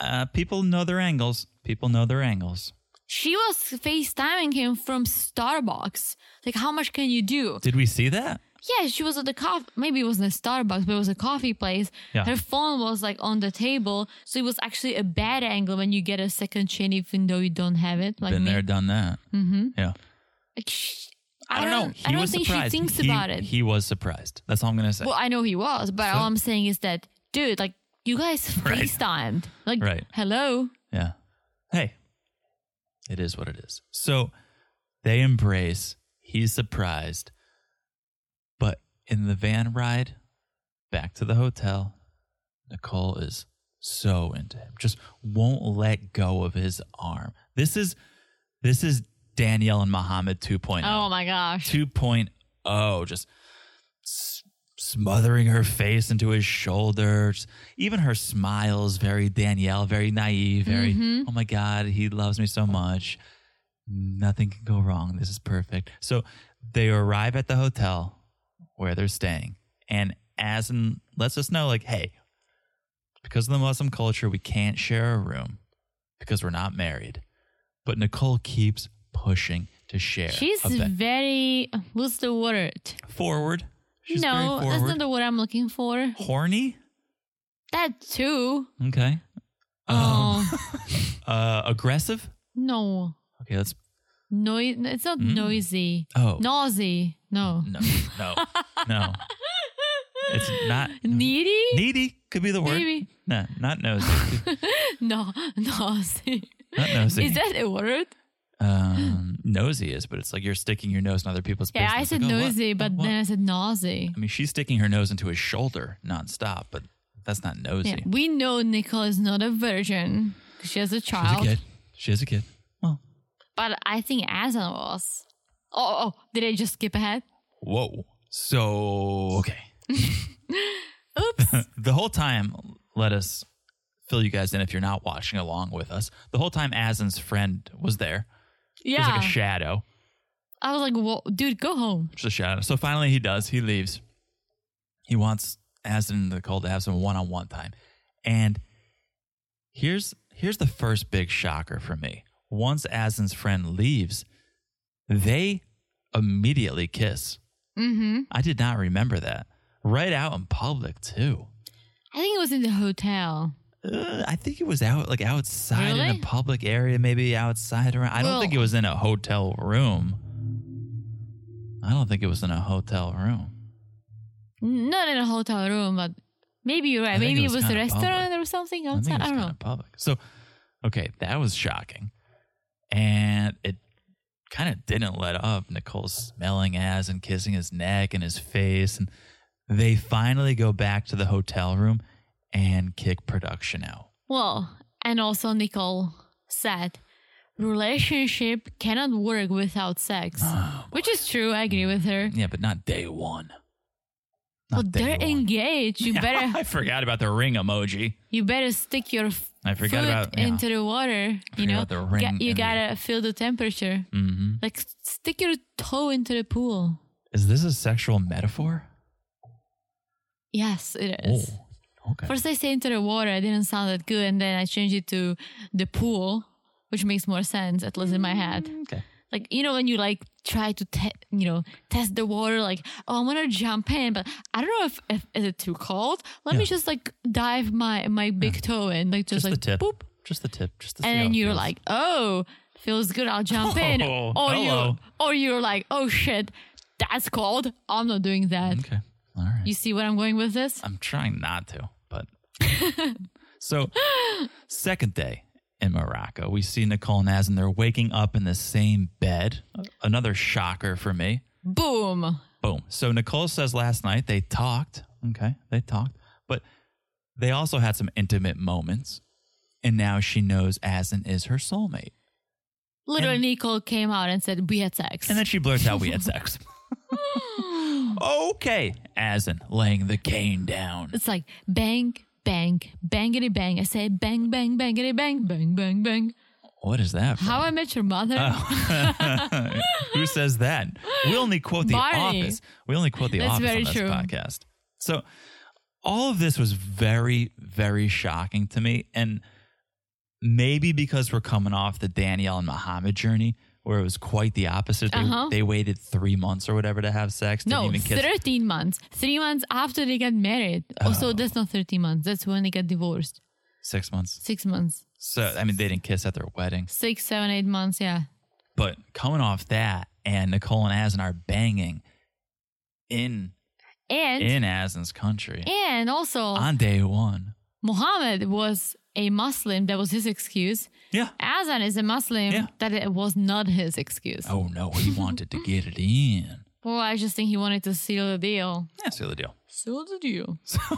A: Uh, people know their angles. People know their angles.
B: She was FaceTiming him from Starbucks. Like, how much can you do?
A: Did we see that?
B: Yeah, she was at the coffee. Maybe it wasn't a Starbucks, but it was a coffee place.
A: Yeah.
B: Her phone was like on the table, so it was actually a bad angle when you get a second chin, even though you don't have it. Like
A: Been
B: me.
A: there, done that. Mm-hmm. Yeah.
B: Like, sh-
A: I don't, know. He
B: I don't
A: was
B: think
A: surprised.
B: she thinks
A: He-
B: about it.
A: He was surprised. That's all I'm gonna say.
B: well, I know he was, but
A: So-
B: all I'm saying is that, dude, like you guys
A: [LAUGHS] Right.
B: FaceTimed. Like,
A: Right.
B: hello.
A: yeah. Hey, it is what it is. So they embrace. He's surprised, but in the van ride back to the hotel, Nicole is so into him. Just won't let go of his arm. This is this is Danielle and Muhammad 2.0.
B: Oh my gosh.
A: 2.0 oh, just s- smothering her face into his shoulders even her smile is very danielle very naive very
B: Mm-hmm.
A: oh my god he loves me so much nothing can go wrong this is perfect so they arrive at the hotel where they're staying and asin lets us know like hey because of the muslim culture we can't share a room because we're not married but nicole keeps pushing to share
B: She's
A: a bed
B: very what's the word?
A: forward. She's
B: no,
A: very
B: that's
A: forward.
B: not the word I'm looking for.
A: Horny.
B: That too.
A: Okay.
B: Oh
A: Uh, aggressive.
B: no,
A: Okay, let's.
B: no, it's not
A: Mm.
B: noisy.
A: Oh.
B: Nausy. No.
A: No, no,
B: [LAUGHS]
A: no. It's not
B: Needy?
A: needy. Could be the word.
B: Maybe.
A: No, not nosy.
B: No, [LAUGHS] nausy.
A: not nosy.
B: Is that a word?
A: um, nosy is, but it's like you're sticking your nose in other people's.
B: Yeah,
A: business.
B: I said
A: Like, oh, what?
B: noisy,
A: Oh,
B: but
A: what?
B: then I said nausy.
A: I mean, she's sticking her nose into his shoulder nonstop, but that's not nosy.
B: Yeah, we know Nicole is not a virgin. 'cause She has a
A: She has a
B: child.
A: kid. She has a kid. Well,
B: But I think Azan was. Oh, oh, did I just skip ahead?
A: whoa. So okay. [LAUGHS]
B: Oops.
A: the whole time, let us fill you guys in if you're not watching along with us. The whole time, Asin's friend was there. It was
B: Yeah.
A: like a shadow.
B: I was like, well, dude, go home.
A: Just a shadow. So finally, he does. He leaves. He wants Asin and Nicole to have some one-on-one time. And here's here's the first big shocker for me. Once Asin's friend leaves, they immediately kiss.
B: Mm-hmm.
A: I did not remember that. Right out in public too.
B: I think it was in the hotel.
A: Uh, I think it was out like outside in
B: Really?
A: a public area, maybe outside around. I don't
B: Well-
A: think it was in a hotel room. I don't think it was in a hotel room.
B: Not in a hotel room, but maybe you're right.
A: I think
B: Maybe
A: it was
B: it was, a
A: kinda public.
B: restaurant or something
A: I think it
B: outside. I,
A: was
B: don't
A: kind
B: know.
A: of public. So, okay, that was shocking, and it kind of didn't let up. Nicole smelling ass and kissing his neck and his face, and they finally go back to the hotel room and kick production out.
B: Well, and also Nicole said, relationship cannot work without sex,
A: Ah.
B: which is true. I agree with her.
A: Yeah, but not day one.
B: Well,
A: Mm. Not day
B: they're
A: one. [LAUGHS]
B: engaged. You better
A: I forgot about the ring emoji.
B: you better stick your f-
A: I forgot
B: foot
A: about- yeah.
B: into the water. You
A: forgot
B: know,
A: about the ring
B: Get- you
A: and the-
B: gotta feel the temperature.
A: Mm-hmm.
B: Like s- stick your toe into the pool.
A: Is this a sexual metaphor?
B: Yes, it is.
A: Oh, okay.
B: First, I say into the water. It didn't sound that good, and then I changed it to the pool, which makes more sense, at least in my head.
A: okay.
B: Like you know, when you like try to te- you know test the water, like oh, I'm gonna jump in, but I don't know if, if is it too cold. Let
A: Yeah.
B: me just like dive my my big toe in, like just,
A: Just
B: like
A: the tip.
B: boop,
A: Just the tip. Just the
B: and then you're like, oh, feels good. I'll jump in,
A: Oh,
B: or
A: hello.
B: you or you're like, oh shit, that's cold. I'm not doing that.
A: okay, all right.
B: You see where I'm going with this?
A: I'm trying not to,
B: [LAUGHS]
A: but so second day in Morocco, we see Nicole and Azin. They're waking up in the same bed. Another shocker for me.
B: Boom.
A: Boom. So Nicole says last night they talked. Okay, they talked, but they also had some intimate moments, and now she knows Asin is her soulmate.
B: Literally,
A: And-
B: Nicole came out and said, We had sex.
A: And then she blurts out we had sex. okay, Asin laying the cane down.
B: it's like bang, bang, bangity bang. I say bang, bang, bangity bang, bang, bang, bang.
A: What is that? From?
B: How I Met Your Mother.
A: Oh, Who says that? We only quote The
B: Barney.
A: Office. We only quote The
B: That's
A: Office on
B: very
A: this
B: true.
A: podcast. So all of this was very, very shocking to me. And maybe because we're coming off the Danielle and Muhammad journey, where it was quite the opposite. They,
B: Uh-huh.
A: they waited three months or whatever to have sex. Didn't
B: no,
A: even kiss.
B: 13 months. Three months after they got married. Also,
A: Oh.
B: that's not 13 months. That's when they got divorced.
A: Six months.
B: Six months.
A: So I mean, they didn't kiss at their wedding.
B: Six, seven, eight months. Yeah.
A: But coming off that, and Nicole and Asin are banging in
B: And, and,
A: in Asin's country
B: also,
A: on day one.
B: Muhammad was a Muslim. That was his excuse.
A: Yeah.
B: Azan is a Muslim.
A: Yeah.
B: That it was not his excuse.
A: Oh no, he wanted to get it
B: [LAUGHS]
A: in.
B: Well, I just think he wanted to seal the deal.
A: That's the other deal.
B: Seal the deal.
A: [LAUGHS] So,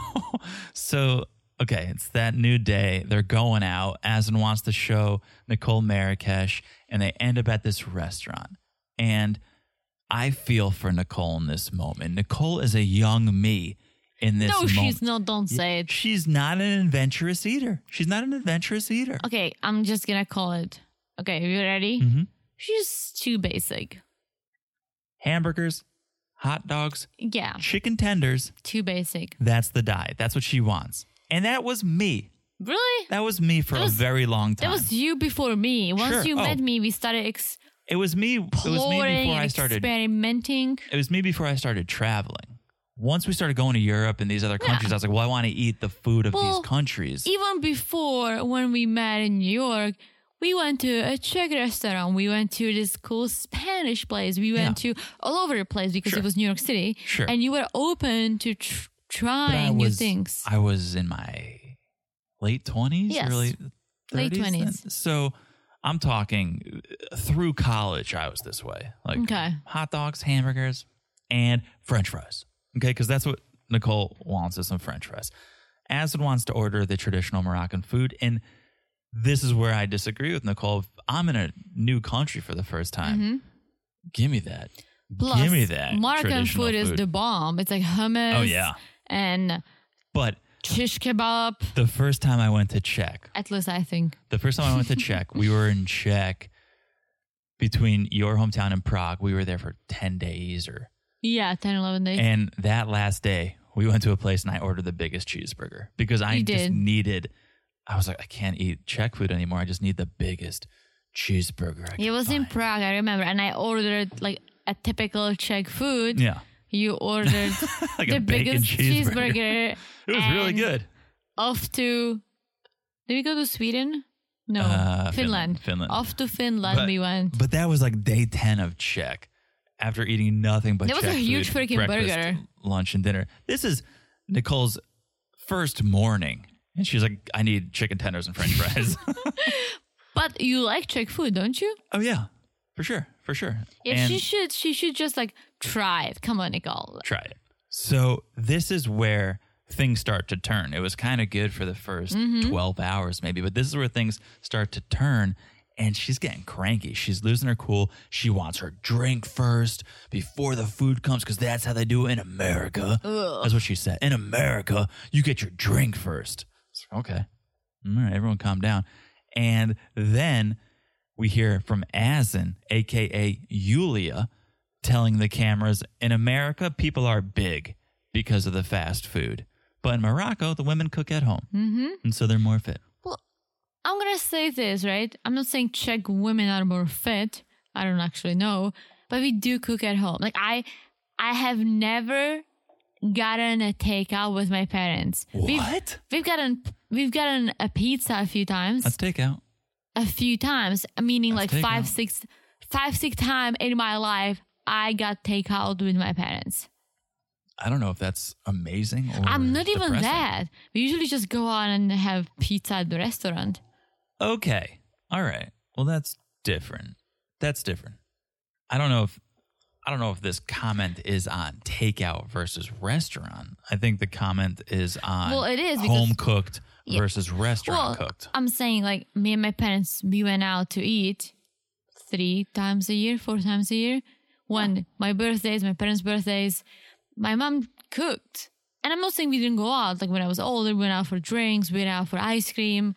A: so okay, it's that new day. They're going out. Asin wants to show Nicole Marrakesh, and they end up at this restaurant. And I feel for Nicole in this moment. Nicole is a young me in this
B: No,
A: moment.
B: she's not. Don't say it.
A: She's not an adventurous eater. She's not an adventurous eater.
B: Okay, I'm just gonna call it. Okay, you ready?
A: Mhm.
B: She's too basic.
A: Hamburgers, hot dogs,
B: Yeah,
A: chicken tenders.
B: too basic.
A: That's the diet. That's what she wants. And that was me.
B: Really?
A: That was me for
B: That was-
A: a very long
B: That
A: time.
B: was you before me. Once
A: Sure.
B: you
A: Oh.
B: met me, we started exploring
A: it was me. It was me before
B: and
A: I started.
B: experimenting.
A: It was me before I started traveling. once we started going to Europe and these other countries, I was like, well, I want to eat the food of
B: Well,
A: these countries.
B: Even before when we met in New York, we went to a Czech restaurant. We went to this cool Spanish place. We went to all over the place because
A: Sure.
B: it was New York City.
A: Sure.
B: And you were open to tr-
A: But I
B: trying new
A: was-
B: things.
A: I was in my late 20s,
B: Yes.
A: early 30s.
B: Late
A: then.
B: 20s.
A: So I'm talking uh, through college, I was this way. Like
B: Okay.
A: hot dogs, hamburgers, and french fries. Okay. Because that's what Nicole wants is some french fries. Acid wants to order the traditional Moroccan food. And this is where I disagree with Nicole. If I'm in a new country for the first time. Give me that.
B: Mm-hmm. Plus,
A: give me that.
B: Moroccan
A: traditional
B: food, is the bomb. It's like hummus.
A: Oh, yeah.
B: And
A: But
B: shish kebab.
A: the first time I went to Czech,
B: At least I think.
A: The first time I
B: [LAUGHS]
A: went to Czech, we were in Czech between your hometown and Prague. We were there for 10 days or
B: Yeah, 10, 11 days.
A: and that last day we went to a place and I ordered the biggest cheeseburger because I
B: You
A: just
B: did.
A: needed I was like I can't eat Czech food anymore. I just need the biggest cheeseburger. I
B: it
A: can
B: was in
A: find.
B: Prague, I remember. And I ordered like a typical Czech food.
A: Yeah. [LAUGHS]
B: You ordered
A: Like
B: the
A: a bacon
B: biggest
A: cheeseburger.
B: cheeseburger.
A: [LAUGHS] It was really
B: and
A: good.
B: Off to. Did we go to Sweden? No.
A: Uh,
B: Finland.
A: Finland, Finland.
B: Off to Finland
A: But-
B: we went.
A: But that was like day 10 of Czech after eating nothing but
B: That was a
A: Czech
B: huge
A: food,
B: freaking
A: breakfast,
B: burger.
A: Lunch and dinner. This is Nicole's first morning. And she's like, I need chicken tenders and french
B: [LAUGHS]
A: fries. [LAUGHS]
B: But you like Czech food, don't you?
A: oh, yeah. For sure. For sure.
B: Yeah,
A: and
B: she should. She should just like try it. Come on, Nicole.
A: try it. So this is where things start to turn. It was kind of good for the 1st 12 hours, maybe, but this is where things start to turn. And she's getting cranky. She's losing her cool. She wants her drink first before the food comes because that's how they do it in America. That's what she said. In America, you get your drink first. It's like, okay. All right, everyone calm down. And then we hear from Asin, aka Yulia, telling the cameras in America, people are big because of the fast food. But in Morocco, the women cook at home. Mm-hmm.
B: Hmm.
A: And so they're more fit.
B: I'm gonna say this, right? I'm not saying Czech women are more fit. I don't actually know, but we do cook at home. Like I, I have never gotten a takeout with my parents. We've, we've gotten we've gotten a pizza a few times.
A: That's takeout.
B: a few times, meaning
A: That's
B: like five,
A: takeout.
B: six, five, six time in my life, I got takeout with my parents.
A: I don't know if that's amazing or
B: I'm not even
A: depressing.
B: that. We usually just go out and have pizza at the restaurant.
A: Okay. All right. Well, that's different. That's different. I don't know if I don't know if this comment is on takeout versus restaurant. I think the comment is on
B: Well, it is because-
A: home cooked
B: Yeah.
A: versus
B: Well,
A: restaurant cooked.
B: I'm saying like me and my parents, we went out to eat three times a year, four times a year. One, my birthdays, my parents' birthdays. My mom cooked. And I'm not saying we didn't go out. Like when I was older, we went out for drinks, we went out for ice cream.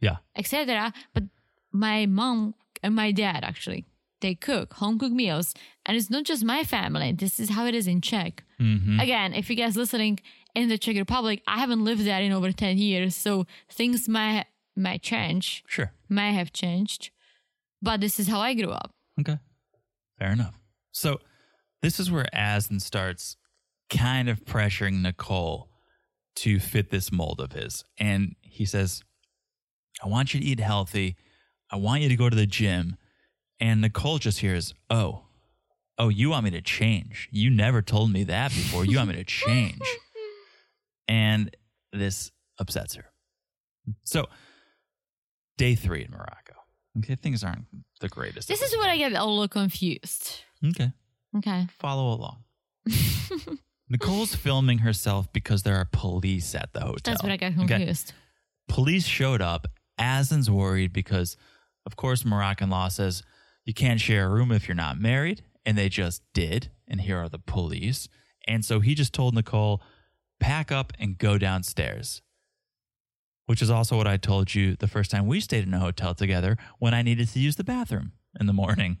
A: Yeah.
B: etc. But my mom and my dad actually they cook home cooked meals, and it's not just my family. This is how it is in Czech. Again, if you guys listening in the Czech Republic, I haven't lived there in over ten years, so things might might change,
A: Sure.
B: might have changed. But this is how I grew up.
A: Okay. Fair enough. So this is where Asden starts kind of pressuring Nicole to fit this mold of his. And he says, I want you to eat healthy. I want you to go to the gym. And Nicole just hears, Oh, oh, you want me to change. You never told me that before. You
B: [LAUGHS]
A: want me to change. And this upsets her. So, day three in Morocco. Okay, things aren't the greatest.
B: This is where I get a little confused.
A: Okay.
B: Okay. [LAUGHS]
A: Follow along. Nicole's filming herself because there are police at the hotel.
B: That's where I got
A: Okay.
B: confused.
A: Police showed up. Asin's worried because, of course, Moroccan law says you can't share a room if you're not married. And they just did. And here are the police. And so he just told Nicole, pack up and go downstairs, which is also what I told you the first time we stayed in a hotel together when I needed to use the bathroom in the morning.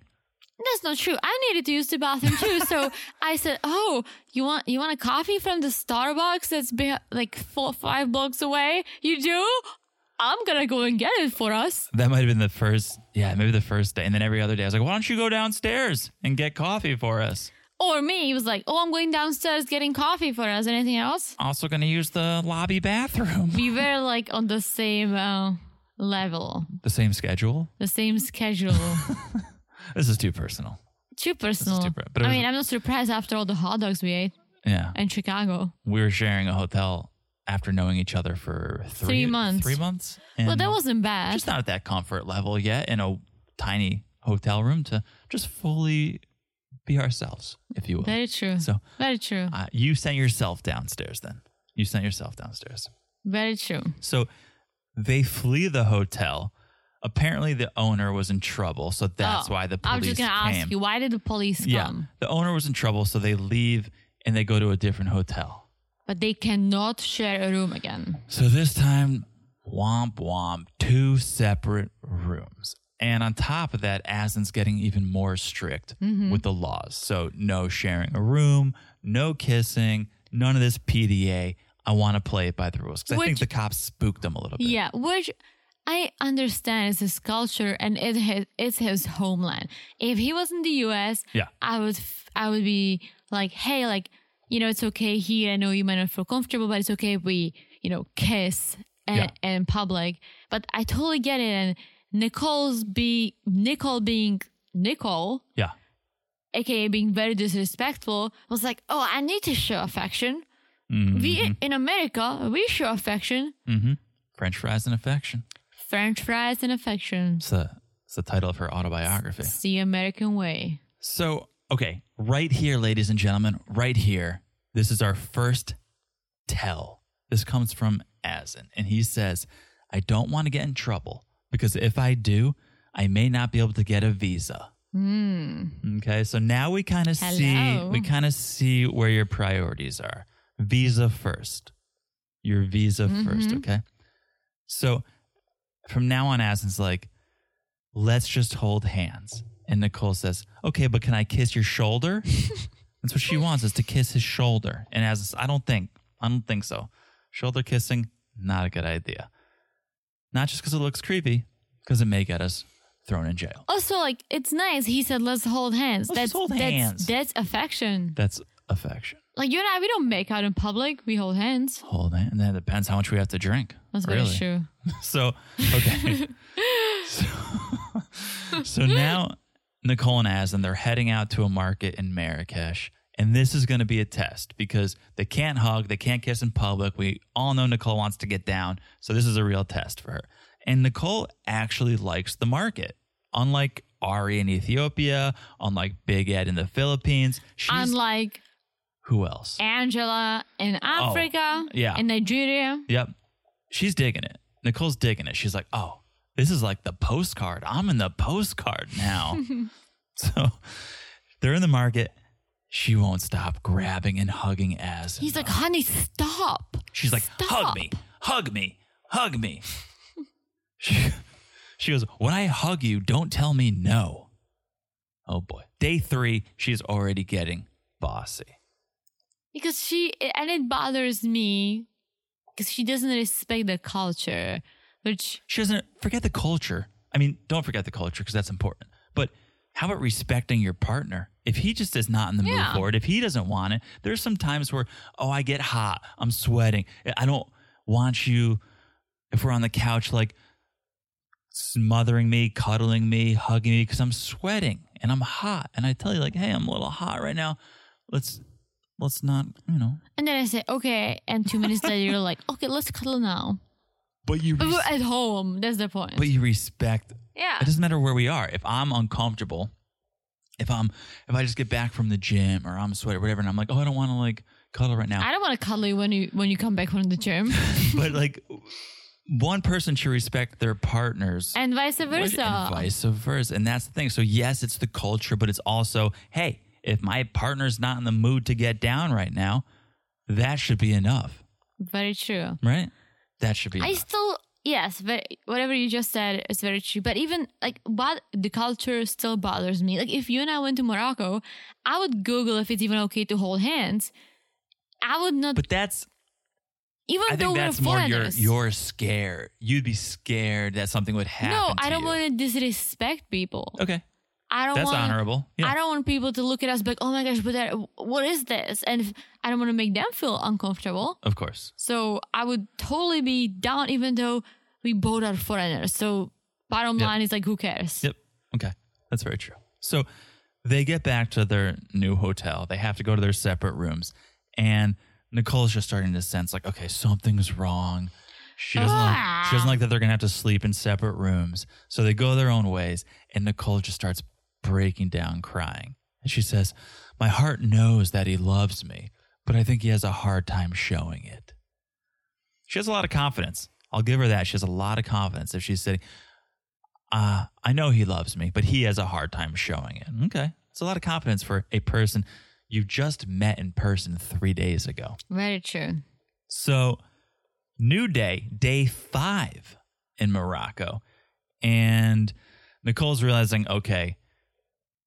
B: That's not true. I needed to use the bathroom too,
A: [LAUGHS]
B: so I said, "Oh, you want you want a coffee from the Starbucks that's be- like four five blocks away? You do? I'm gonna go and get it for us."
A: That might have been the first, yeah, maybe the first day. And then every other day, I was like, why don't you go downstairs and get coffee for us?
B: Or me was like, oh, I'm going downstairs getting coffee for us. Anything else?
A: Also going to use the lobby bathroom.
B: We were like on the same uh, level,
A: The same schedule.
B: the
A: [LAUGHS]
B: same schedule.
A: This is too personal.
B: Too personal.
A: too per- but it
B: I
A: was-
B: mean, I'm not surprised after all the hot dogs we ate
A: Yeah.
B: in Chicago.
A: We were sharing a hotel after knowing each other for three,
B: Three months.
A: Three months.
B: Well,
A: And
B: that wasn't bad.
A: just not at that comfort level yet in a tiny hotel room to just fully be ourselves, if you will.
B: Very true.
A: So
B: Very true.
A: uh, you sent yourself downstairs then. You sent yourself downstairs.
B: Very true.
A: So they flee the hotel. Apparently, the owner was in trouble, so that's
B: Oh,
A: why the police
B: I'm just gonna
A: came.
B: ask you, why did the police
A: yeah,
B: come?
A: the owner was in trouble, so they leave and they go to a different hotel.
B: But they cannot share a room again.
A: So this time, womp womp, two separate rooms. And on top of that, Aslan's getting even more strict
B: Mm-hmm.
A: with the laws. So no sharing a room, no kissing, none of this PDA. I want to play it by the rules because I think
B: Which-
A: the cops spooked them a little bit.
B: Yeah, which I understand is his culture and it his, it's his homeland. If he was in the U.S.,
A: Yeah.
B: I would f- I would be like, hey, like you know, it's okay here. I know you might not feel comfortable, but it's okay if we you know kiss and,
A: Yeah.
B: and in public. But I totally get it. And Nicole's be Nicole being Nicole,
A: Yeah.
B: aka being very disrespectful, was like, oh, I need to show affection.
A: Mm-hmm.
B: We in America, we show affection.
A: French fries and affection.
B: French fries and affection.
A: It's the, it's the title of her autobiography.
B: It's the American way.
A: So, okay, right here, ladies and gentlemen, right here, this is our first tell. This comes from Azin, and he says, I don't want to get in trouble because if I do, I may not be able to get a visa.
B: Hmm.
A: Okay, so now we kind of see
B: Hello.
A: we kind of see where your priorities are. Visa first. Your visa first, okay? So from now on, Asin's like, let's just hold hands. And Nicole says, okay, but can I kiss your shoulder? That's what she wants is to kiss his shoulder. And as I don't think, I don't think so. Shoulder kissing, not a good idea. Not just because it looks creepy, because it may get us thrown in jail.
B: Also, like it's nice. He said, "Let's hold hands."
A: Let's just hold
B: that's,
A: hands.
B: That's affection.
A: That's affection.
B: Like you and I, we don't make out in public. We hold hands.
A: Hold on. And then it depends how much we have to drink.
B: That's very
A: really.
B: true.
A: So,
B: [LAUGHS]
A: okay. so, [LAUGHS] so now Nicole and Aslan, they're heading out to a market in Marrakesh. And this is going to be a test because they can't hug, they can't kiss in public. We all know Nicole wants to get down. So, this is a real test for her. And Nicole actually likes the market. Unlike Ari in Ethiopia, unlike Big Ed in the Philippines, she's
B: Unlike
A: who else?
B: Angela in Africa,
A: Oh. yeah.
B: in Nigeria.
A: Yep. She's digging it. Nicole's digging it. She's like, oh, this is like the postcard. I'm in the postcard
B: [LAUGHS]
A: now. [LAUGHS] so they're in the market. She won't stop grabbing and hugging as
B: He's like, "Honey, stop."
A: she's like, hug
B: "Stop."
A: me, hug me, hug me. [LAUGHS] she, she goes, when I hug you, don't tell me no. Oh boy. Day three, she's already getting bossy.
B: because she and it bothers me because she doesn't respect the culture, which
A: she doesn't forget the culture. I mean, don't forget the culture because that's important. But how about respecting your partner? If he just is not in the mood
B: Yeah.
A: for it, if he doesn't want it, there's some times where, oh, I get hot, I'm sweating, I don't want you. If we're on the couch, like smothering me, cuddling me, hugging me because I'm sweating and I'm hot, and I tell you like, hey, I'm a little hot right now. Let's let's not, you know.
B: and then I say okay, and two minutes later you're like, okay, let's cuddle now.
A: But you,
B: But
A: res-
B: we're at home. That's the point.
A: but
B: [LAUGHS]
A: you respect
B: yeah.
A: It doesn't matter where we are. If I'm uncomfortable, if I'm if I just get back from the gym or I'm sweaty, whatever, and I'm like, oh, I don't want to like cuddle right now.
B: I don't want to cuddle you when you when you come back from the gym,
A: [LAUGHS] but like, one person should respect their partners.
B: and vice
A: Which-
B: versa.
A: and vice versa. And that's the thing. So yes, it's the culture, but it's also, hey, if my partner's not in the mood to get down right now, that should be enough,
B: Very true.
A: right? That should be.
B: I
A: enough.
B: still yes, but whatever you just said is very true. But even like but the culture still bothers me. Like if you and I went to Morocco, I would Google if it's even okay to hold hands. I would not
A: But that's
B: even
A: I
B: though
A: think that's
B: we're
A: more your
B: foreigners.
A: your scare. You'd be scared that something would happen.
B: no, I
A: to
B: don't
A: you.
B: want to disrespect people.
A: Okay.
B: I don't
A: That's
B: want
A: honorable. Yeah.
B: I don't want people to look at us like, oh my gosh, but that, what is this? And if- I don't want to make them feel uncomfortable.
A: of course.
B: So I would totally be down, even though we both are foreigners. So bottom
A: Yep.
B: line is like, who cares?
A: Yep. Okay. That's very true. So they get back to their new hotel. They have to go to their separate rooms. And Nicole's just starting to sense like, okay, something's wrong. She doesn't, like, she doesn't like that they're going to have to sleep in separate rooms. So they go their own ways. And Nicole just starts breaking down crying. And she says, My heart knows that he loves me, but I think he has a hard time showing it. She has a lot of confidence. I'll give her that. She has a lot of confidence if she's sitting, uh, I know he loves me, but he has a hard time showing it. Okay. It's a lot of confidence for a person you just met in person three days ago.
B: Very true.
A: So, new day, day five in Morocco. And Nicole's realizing, okay,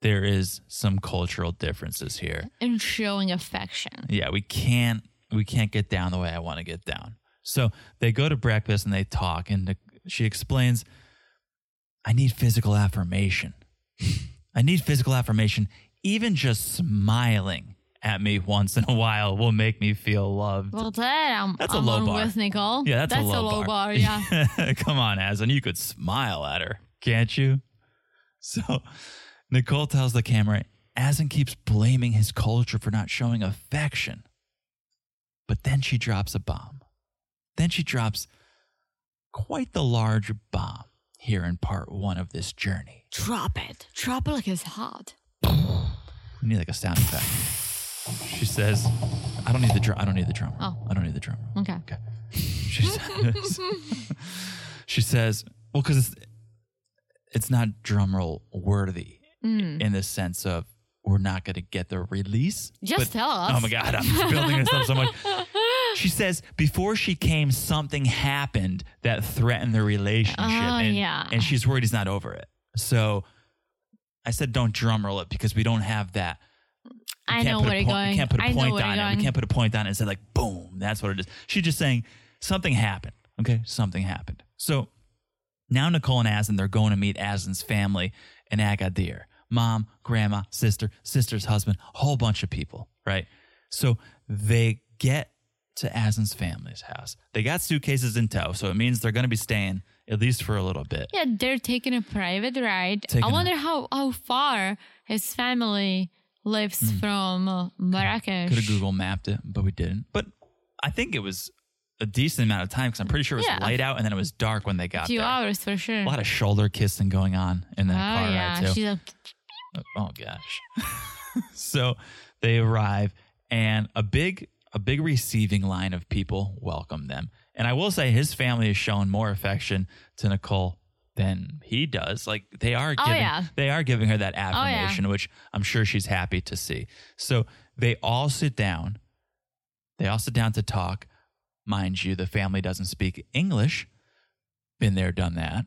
A: there is some cultural differences here.
B: And showing affection.
A: Yeah, we can't we can't get down the way I want to get down. So they go to breakfast and they talk, and the, she explains, "I need physical affirmation. [LAUGHS] I need physical affirmation. Even just smiling at me once in a while will make me feel loved."
B: Well, that I'm,
A: That's a
B: I'm
A: low
B: on
A: bar.
B: with Nicole.
A: yeah, that's,
B: a low
A: [LAUGHS]
B: bar. yeah.
A: Come on, Aslan, you could smile at her, can't you? [LAUGHS] So Nicole tells the camera, Aslan keeps blaming his culture for not showing affection. But then she drops a bomb. Then she drops quite the large bomb here in part one of this journey.
B: Drop it. Drop it like it's hot.
A: We need like a sound effect. She says, I don't need the drum. I don't need the drum. roll.
B: Oh.
A: I don't need the drum. roll."
B: Okay.
A: Okay. She says, she says well, because it's, it's not drum roll worthy
B: Mm. Mm-hmm.
A: in the sense of we're not going to get the release.
B: Just tell us.
A: Oh my God, I'm just building this up so
B: [LAUGHS]
A: much. She says, before she came, something happened that threatened the relationship.
B: Oh,
A: and,
B: yeah.
A: and she's worried he's not over it. So I said, don't drum roll it because we don't have that. We
B: I
A: can't
B: know
A: put a
B: where you're
A: point-
B: going.
A: We can't put a
B: I know
A: point
B: where
A: on
B: you're
A: it. We
B: going.
A: can't put a point on it and say like, boom, that's what it is. She's just saying something happened. Okay, something happened. So now Nicole and Aslan, they're going to meet Aslan's family in Agadir. Mom, grandma, sister, sister's husband, whole bunch of people, right? So they get to Aslan's family's house. They got suitcases in tow, so it means they're going to be staying at least for a little bit.
B: Yeah, they're taking a private ride.
A: Taking
B: I
A: a-
B: wonder how, how far his family lives
A: Hmm.
B: from uh, Marrakesh.
A: Could have Google mapped it, but we didn't. But I think it was a decent amount of time because I'm pretty sure it was
B: Yeah.
A: light out and then it was dark when they
B: a
A: got
B: few
A: there.
B: hours for sure.
A: A lot of shoulder kissing going on in that
B: oh
A: car
B: yeah,
A: ride too.
B: she's like,
A: oh gosh. [LAUGHS] so they arrive and a big a big receiving line of people welcome them. And I will say his family has shown more affection to Nicole than he does. Like they are
B: Oh,
A: giving
B: yeah. Oh,
A: they are giving her that
B: yeah.
A: affirmation, which I'm sure she's happy to see. So they all sit down. They all sit down to talk. Mind you, the family doesn't speak English. Been there, done that.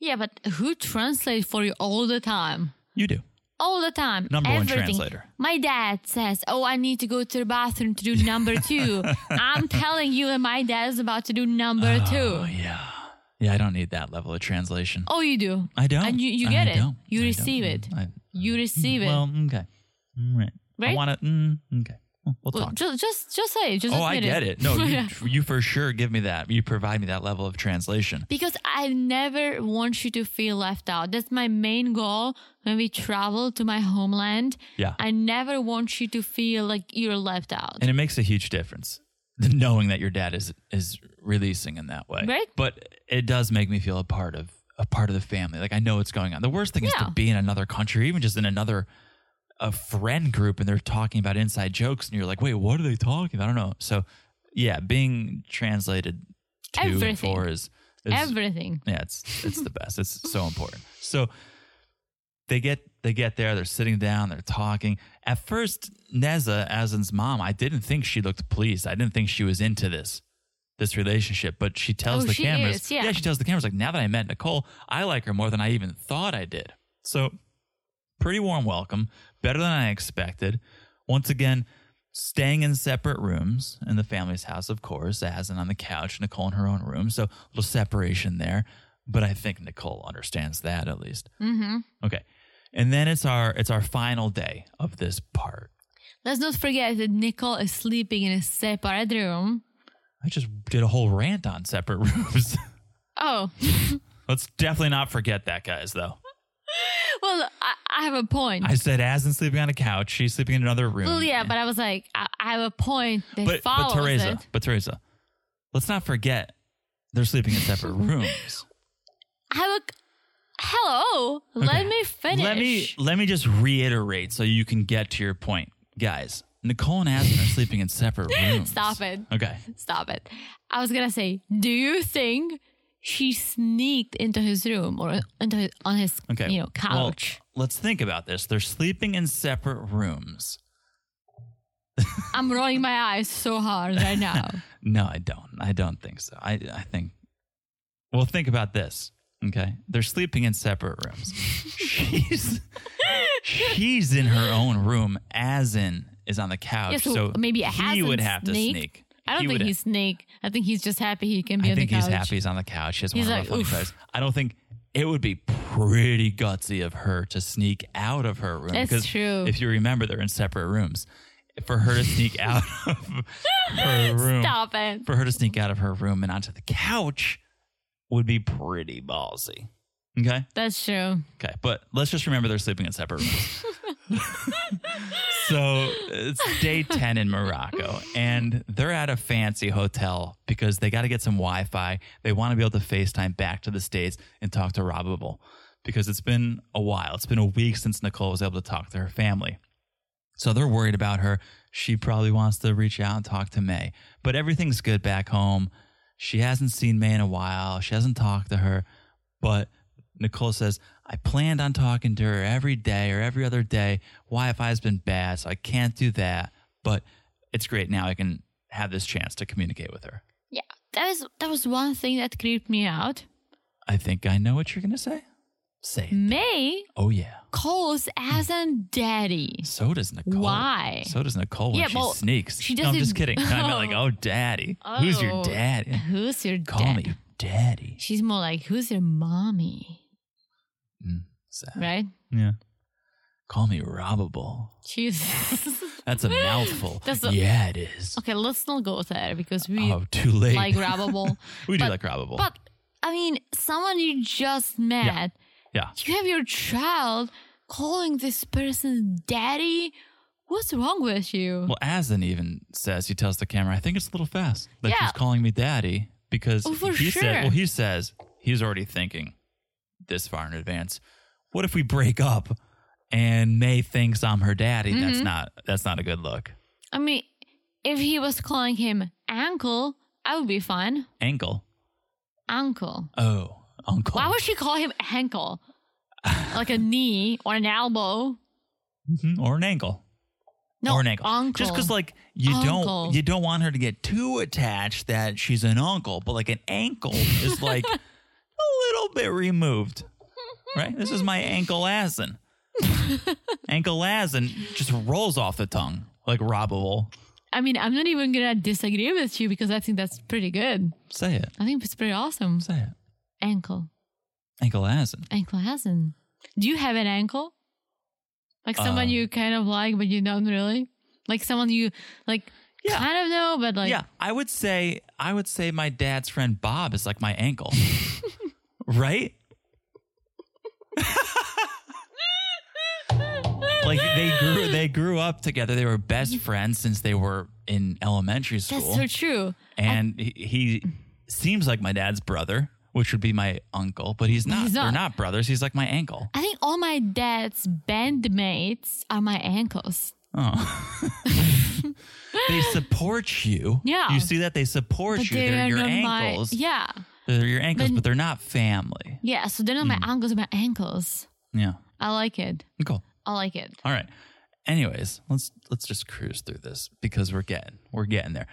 B: yeah, but who translates for you all the time?
A: You do.
B: All the time.
A: Number one
B: Everything.
A: translator.
B: My dad says, "Oh, I need to go to the
A: [LAUGHS]
B: bathroom to do number two. I'm telling you, that my dad is about to do number
A: Oh
B: two.
A: yeah, yeah. I don't need that level of translation.
B: Oh, you do.
A: I don't.
B: And you, you get
A: I
B: it.
A: don't.
B: You
A: I
B: receive
A: don't.
B: it.
A: I,
B: You receive it.
A: well, okay, Mm, right. I
B: Right?
A: want to. Mm, okay, Well, we'll
B: Well,
A: talk.
B: just, just, just say. it. Just
A: oh, I
B: admit
A: get it.
B: [LAUGHS]
A: No,
B: Yeah.
A: you, you for sure give me that. You provide me that level of translation.
B: because I never want you to feel left out. That's my main goal when we travel to my homeland.
A: Yeah,
B: I never want you to feel like you're left out.
A: and it makes a huge difference [LAUGHS] knowing that your dad is is releasing in that way.
B: Right.
A: But it does make me feel a part of a part of the family. Like I know what's going on. The worst thing is to
B: Yeah.
A: be in another country, even just in another a friend group, and they're talking about inside jokes, and you're like, wait, what are they talking? about? I don't know. So yeah, being translated to
B: Everything.
A: and for is, is
B: Everything.
A: yeah, it's it's
B: [LAUGHS]
A: the best. It's so important. So they get they get there. They're sitting down. They're talking. At first, Neza Azin's mom, I didn't think she looked pleased. I didn't think she was into this this relationship. But she tells
B: Oh,
A: the
B: she
A: cameras.
B: is, yeah.
A: she tells the cameras like, now that I met Nicole, I like her more than I even thought I did. So pretty warm welcome, better than I expected. Once again, staying in separate rooms in the family's house, of course, as and on the couch, Nicole in her own room. So a little separation there. But I think Nicole understands that at least.
B: Mm-hmm.
A: Okay. and then it's our it's our final day of this part.
B: Let's not forget that Nicole is sleeping in a separate room.
A: I just did a whole rant on separate [LAUGHS] rooms.
B: Oh, [LAUGHS]
A: Let's definitely not forget that, guys. Though
B: well, I, I have a point.
A: I said, as in sleeping on a couch, she's sleeping in another room.
B: well, yeah, but I was like, I, I have a point that
A: but, but
B: follows
A: Teresa,
B: it.
A: but Teresa, let's not forget they're sleeping in
B: [LAUGHS]
A: separate rooms.
B: I have a. Hello, let
A: Okay.
B: me finish.
A: Let me let me just reiterate so you can get to your point, guys. Nicole and Aspen are sleeping in separate rooms.
B: [LAUGHS] Stop it.
A: Okay.
B: Stop it. I was gonna say, do you think she sneaked into his room or into his, on his
A: Okay.
B: you know
A: Well,
B: couch?
A: let's think about this. They're sleeping in separate rooms.
B: I'm rolling my eyes so hard right
A: [LAUGHS]
B: now.
A: No, I don't. I don't think so. I I think. Well, think about this. Okay, they're sleeping in separate rooms. she's she's in her own room, as in is on the couch.
B: Yeah,
A: so,
B: so maybe
A: he
B: hasn't
A: would have to
B: sneaked.
A: sneak.
B: I don't
A: He
B: think
A: would-
B: he's snake. I think he's just happy he can
A: I
B: be on
A: think
B: the
A: he's
B: couch.
A: happy he's on the couch. He doesn't
B: He's
A: want to
B: like,
A: ruffle any
B: "Oof."
A: feathers. I don't think it would be pretty gutsy of her to sneak out of her room.
B: That's
A: because
B: true.
A: If you remember, they're in separate rooms. For her to
B: [LAUGHS]
A: sneak out of her room,
B: Stop it.
A: for her to sneak out of her room and onto the couch would be pretty ballsy. Okay.
B: That's true.
A: Okay. But let's just remember they're sleeping in separate rooms. so it's day 10 in Morocco, and they're at a fancy hotel because they got to get some Wi Fi. They want to be able to FaceTime back to the States and talk to Robable because it's been a while. It's been a week since Nicole was able to talk to her family. So they're worried about her. She probably wants to reach out and talk to May. But everything's good back home. She hasn't seen May in a while. She hasn't talked to her. But Nicole says, I planned on talking to her every day or every other day. Wi Fi has been bad, so I can't do that. But it's great now I can have this chance to communicate with her.
B: Yeah, that was that was one thing that creeped me out.
A: I think I know what you're going to say. Say it.
B: May
A: Oh, yeah.
B: calls as an daddy.
A: So does Nicole.
B: Why?
A: So does Nicole when
B: Yeah,
A: she
B: well,
A: sneaks.
B: she
A: No, I'm just
B: doesn't-
A: kidding. I
B: [LAUGHS]
A: meant like, oh, daddy. Who's your
B: Oh.
A: daddy?
B: [SIGHS] Who's your
A: Call
B: daddy?
A: me daddy.
B: She's more like, who's your mommy?
A: Sad.
B: Right?
A: Yeah. Call me robbable.
B: She's [LAUGHS]
A: That's a mouthful.
B: That's a-
A: yeah, it is.
B: okay. Let's not go there because [LAUGHS] we
A: Oh, too late. [LAUGHS]
B: [LAUGHS] like grabbable.
A: we do
B: but-
A: like robbable.
B: but I mean, someone you just met.
A: yeah.
B: You have your child calling this person daddy. What's wrong with you?
A: Well, Asin even says he tells the camera, "I think it's a little fast that
B: Yeah.
A: she's calling me daddy because
B: Oh, for
A: he
B: sure.
A: said, well, he says he's already thinking this far in advance. What if we break up and May thinks I'm her daddy? That's
B: Mm-hmm.
A: not that's not a good look.
B: I mean, if he was calling him uncle, I would be fine.
A: Ankle.
B: Uncle.
A: Oh, uncle.
B: Why would she call him ankle?
A: [LAUGHS]
B: like a knee or an elbow?
A: Mhm, or an ankle.
B: No,
A: or an ankle.
B: uncle.
A: Just because like you
B: Uncle.
A: don't you don't want her to get too attached that she's an uncle, but like an ankle is
B: [LAUGHS]
A: like a little bit removed. Right? This is my ankle
B: [LAUGHS]
A: asin. ankle asin just rolls off the tongue like robbable.
B: I mean, I'm not even gonna disagree with you because I think that's pretty good.
A: Say it.
B: I think it's pretty awesome.
A: Say it.
B: Ankle,
A: Ankle asin.
B: ankle hasn't. Do you have an ankle? Like someone
A: Um,
B: you kind of like, but you don't really. Like someone you like,
A: Yeah.
B: kind of know, but like,
A: yeah, I would say I would say my dad's friend Bob is like my
B: [LAUGHS]
A: ankle. right? like they grew they grew up together. They were best friends since they were in elementary
B: that's
A: school.
B: so true.
A: and he, he seems like my dad's brother, which would be my uncle, but he's not.
B: He's
A: They're
B: not.
A: not brothers. He's like my ankle.
B: I think all my dad's bandmates are my ankles.
A: Oh. they
B: [GASPS]
A: support you.
B: Yeah.
A: You see that they support you. They're, your
B: not
A: ankles.
B: my yeah,
A: They're your ankles,
B: But-
A: but they're not family.
B: yeah. So they're not
A: Hmm.
B: my ankles, they're my ankles.
A: Yeah.
B: I like it.
A: Cool.
B: I like it.
A: All right. Anyways, let's let's just cruise through this because we're getting we're getting there.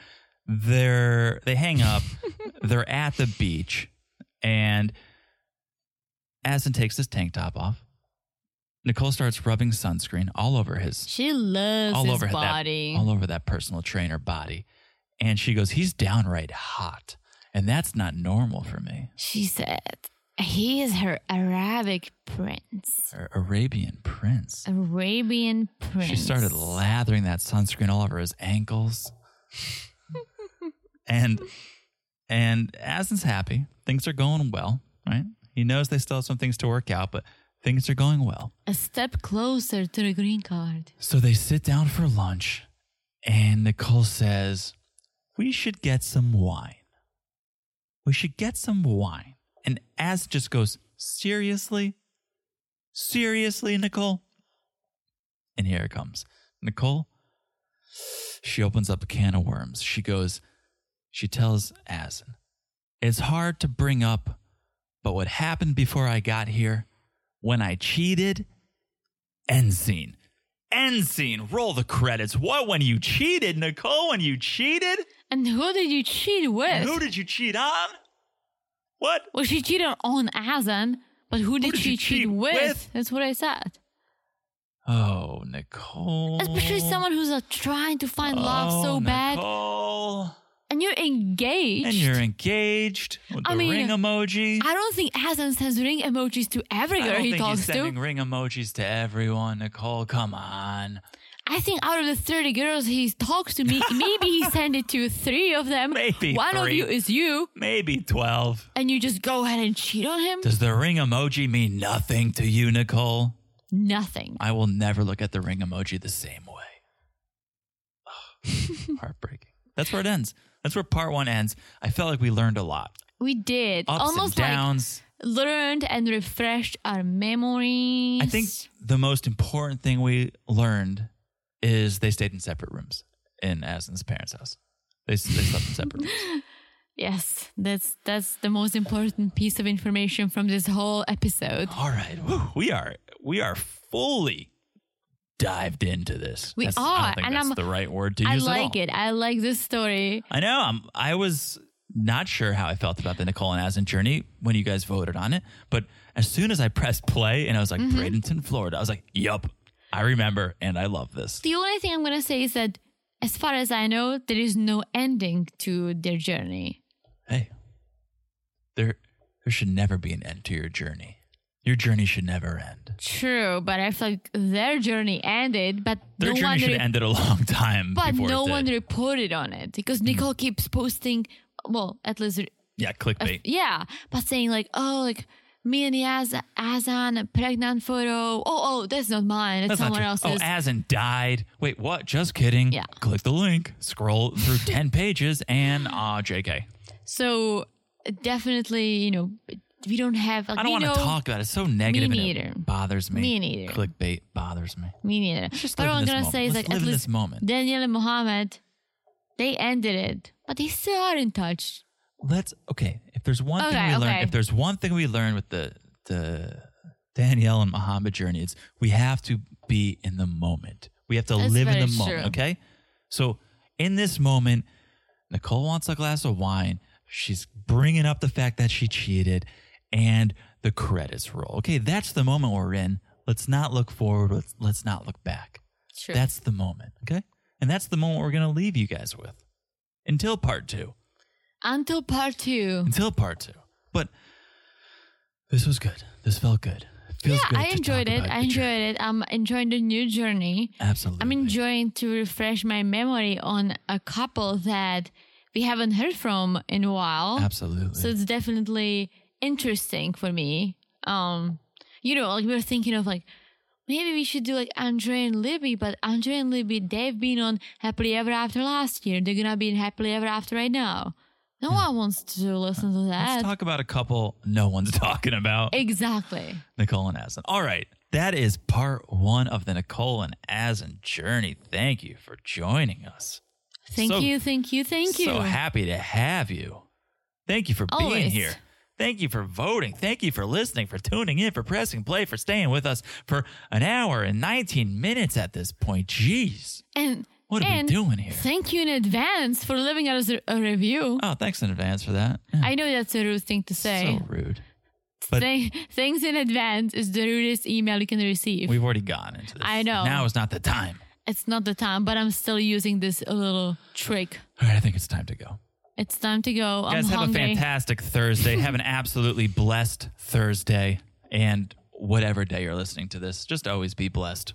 A: They're they hang
B: [LAUGHS]
A: up. they're at the beach, and Asin takes his tank top off. Nicole starts rubbing sunscreen all over his
B: She loves
A: all
B: his
A: over
B: body.
A: that all over that personal trainer body, and she goes, "He's downright hot, and that's not normal for me."
B: She said, He is her Arabic prince.
A: Ar- Arabian prince.
B: Arabian prince.
A: She started lathering that sunscreen all over his
B: [LAUGHS]
A: ankles. and and Asin's happy. Things are going well, right? He knows they still have some things to work out, but things are going well.
B: a step closer to the green card.
A: So they sit down for lunch, and Nicole says, We should get some wine. We should get some wine. And As just goes, Seriously? Seriously, Nicole? And here it comes. Nicole, she opens up a can of worms. She goes, She tells Asin, It's hard to bring up, but what happened before I got here, when I cheated, end scene. End scene. Roll the credits. What when you cheated, Nicole? When you cheated?
B: And who did you cheat with?
A: Who did you cheat on? What?
B: well, she cheated on Azan, but who did,
A: did
B: she
A: you
B: cheat,
A: cheat
B: with?
A: with?
B: That's what I said.
A: Oh, Nicole.
B: Especially someone who's uh, trying to find love so
A: Oh,
B: bad,
A: Nicole.
B: and you're engaged.
A: And you're engaged with the
B: I mean,
A: ring emoji.
B: I don't think Azan sends ring emojis to every
A: I
B: girl
A: don't
B: he
A: think
B: talks
A: he's sending
B: to.
A: ring emojis to everyone, Nicole. Come on.
B: I think out of the 30 girls he talks to, me,
A: [LAUGHS]
B: maybe he sent it to three of them.
A: Maybe
B: One of
A: three.
B: you is you,
A: Maybe 12.
B: and you just go ahead and cheat on him?
A: Does the ring emoji mean nothing to you, Nicole?
B: Nothing.
A: I will never look at the ring emoji the same
B: [LAUGHS]
A: way. Ugh, heartbreaking. That's where it ends. That's where part one ends. I felt like we learned a lot.
B: We did.
A: Ups
B: Almost
A: and
B: like
A: downs.
B: learned and refreshed our memories.
A: I think the most important thing we learned is they stayed in separate rooms in Asin's parents' house. They, they slept in separate
B: [LAUGHS]
A: rooms.
B: Yes, that's that's the most important piece of information from this whole episode.
A: All right. Whew, we are we are fully dived into this.
B: We
A: That's- I
B: are,
A: don't think
B: and
A: that's
B: I'm-
A: the right word to
B: I
A: use at all.
B: like it. I like this story.
A: I know. I'm, I was not sure how I felt about the Nicole and Asin journey when you guys voted on it, but as soon as I pressed play and I was like
B: Mm-hmm.
A: Bradenton, Florida, I was like, "Yup, I remember, and I love this."
B: The only thing I'm gonna say is that, as far as I know, there is no ending to their journey.
A: Hey, there, there should never be an end to your journey. Your journey should never end.
B: True, but I feel like their journey ended, but
A: Their
B: no
A: journey
B: one
A: should
B: re-
A: have ended a long time.
B: but
A: before Mm-hmm.
B: no
A: it did.
B: one reported on it because Nicole keeps posting. Well, at least
A: Yeah, clickbait.
B: Yeah, but saying like, oh, like me and Yaz Azan pregnant photo. Oh, oh, that's not mine. It's
A: That's not
B: someone
A: true.
B: else's.
A: Oh, Asin died. Wait, what? Just kidding.
B: Yeah.
A: Click the link. Scroll
B: [LAUGHS]
A: through ten pages, and ah, Jk.
B: so definitely, you know, we don't have. Like,
A: I don't
B: we
A: want to
B: know-
A: talk about it. It's so negative and
B: neither.
A: it bothers me.
B: Me neither.
A: Clickbait bothers me.
B: Me neither.
A: just
B: but
A: live
B: what
A: in
B: I'm
A: this
B: gonna say
A: moment. Let's
B: is like
A: live
B: at
A: in
B: least
A: this moment.
B: Daniel and Mohammed, they ended it, but they still are in touch.
A: Let's okay. If there's one thing
B: Okay,
A: we
B: okay.
A: learned, if there's one thing we learned with the the Danielle and Muhammad journey, it's we have to be in the moment. We have to
B: That's
A: live in
B: very
A: the moment.
B: true.
A: Okay. So in this moment, Nicole wants a glass of wine. She's bringing up the fact that she cheated, and the credits roll. Okay, that's the moment we're in. Let's not look forward. Let's let's not look back.
B: Sure.
A: That's the moment. Okay. And that's the moment we're going to leave you guys with until part two.
B: Until part two.
A: Until part two. But this was good. This felt good. It feels
B: Yeah,
A: good
B: I
A: to
B: enjoyed
A: talk
B: it.
A: about
B: I
A: the
B: enjoyed
A: journey.
B: it. I'm enjoying the new journey.
A: Absolutely.
B: I'm enjoying to refresh my memory on a couple that we haven't heard from in a while.
A: Absolutely.
B: So it's definitely interesting for me. Um, you know, like we were thinking of like maybe we should do like Andre and Libby, but Andre and Libby they've been on Happily Ever After last year. They're gonna be in Happily Ever After right now. No one wants to listen to
A: Let's
B: that.
A: talk about a couple no one's [LAUGHS] talking about
B: exactly.
A: Nicole and Asin. All right. That is part one of the Nicole and Asin journey. Thank you for joining us.
B: Thank
A: So-
B: you, thank you, thank you.
A: So happy to have you. Thank you for being
B: Always.
A: here. Thank you for voting. Thank you for listening, for tuning in, for pressing play, for staying with us for an hour and 19 minutes at this point. Jeez.
B: and
A: What are we
B: and
A: doing here?
B: Thank you in advance for leaving us a a review.
A: Oh, thanks in advance for that. Yeah,
B: I know that's a rude thing to say.
A: Hmm. So rude. but-
B: [LAUGHS] Thank- thanks in advance is the rudest email you can receive.
A: We've already gone into this.
B: I know.
A: Now is not the time.
B: it's not the time, but I'm still using this little trick.
A: All right, I think it's time to go.
B: It's time to go. I'm
A: Guys, have
B: hungry.
A: a fantastic Thursday. have
B: [LAUGHS]
A: an absolutely blessed Thursday. And whatever day you're listening to this, just always be blessed.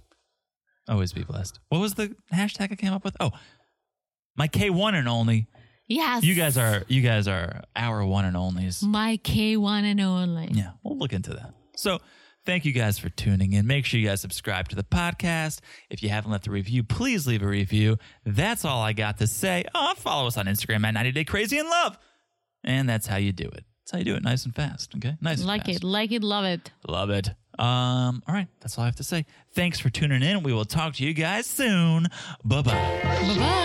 A: Always be blessed. What was the hashtag I came up with? Oh, my K1 and only.
B: yes.
A: You guys are you guys are our one and onlys.
B: my K1 and only.
A: Yeah, we'll look into that. So thank you guys for tuning in. Make sure you guys subscribe to the podcast. If you haven't left a review, please leave a review. That's all I got to say. Oh, follow us on Instagram at 90 Day Crazy in Love. And that's how you do it. That's how you do it. Nice and fast. Okay. Nice. and
B: Like
A: fast.
B: it, like it, love it.
A: Love it. Um, all right, that's all I have to say. Thanks for tuning in. We will talk to you guys soon. Bye bye.
B: Bye bye.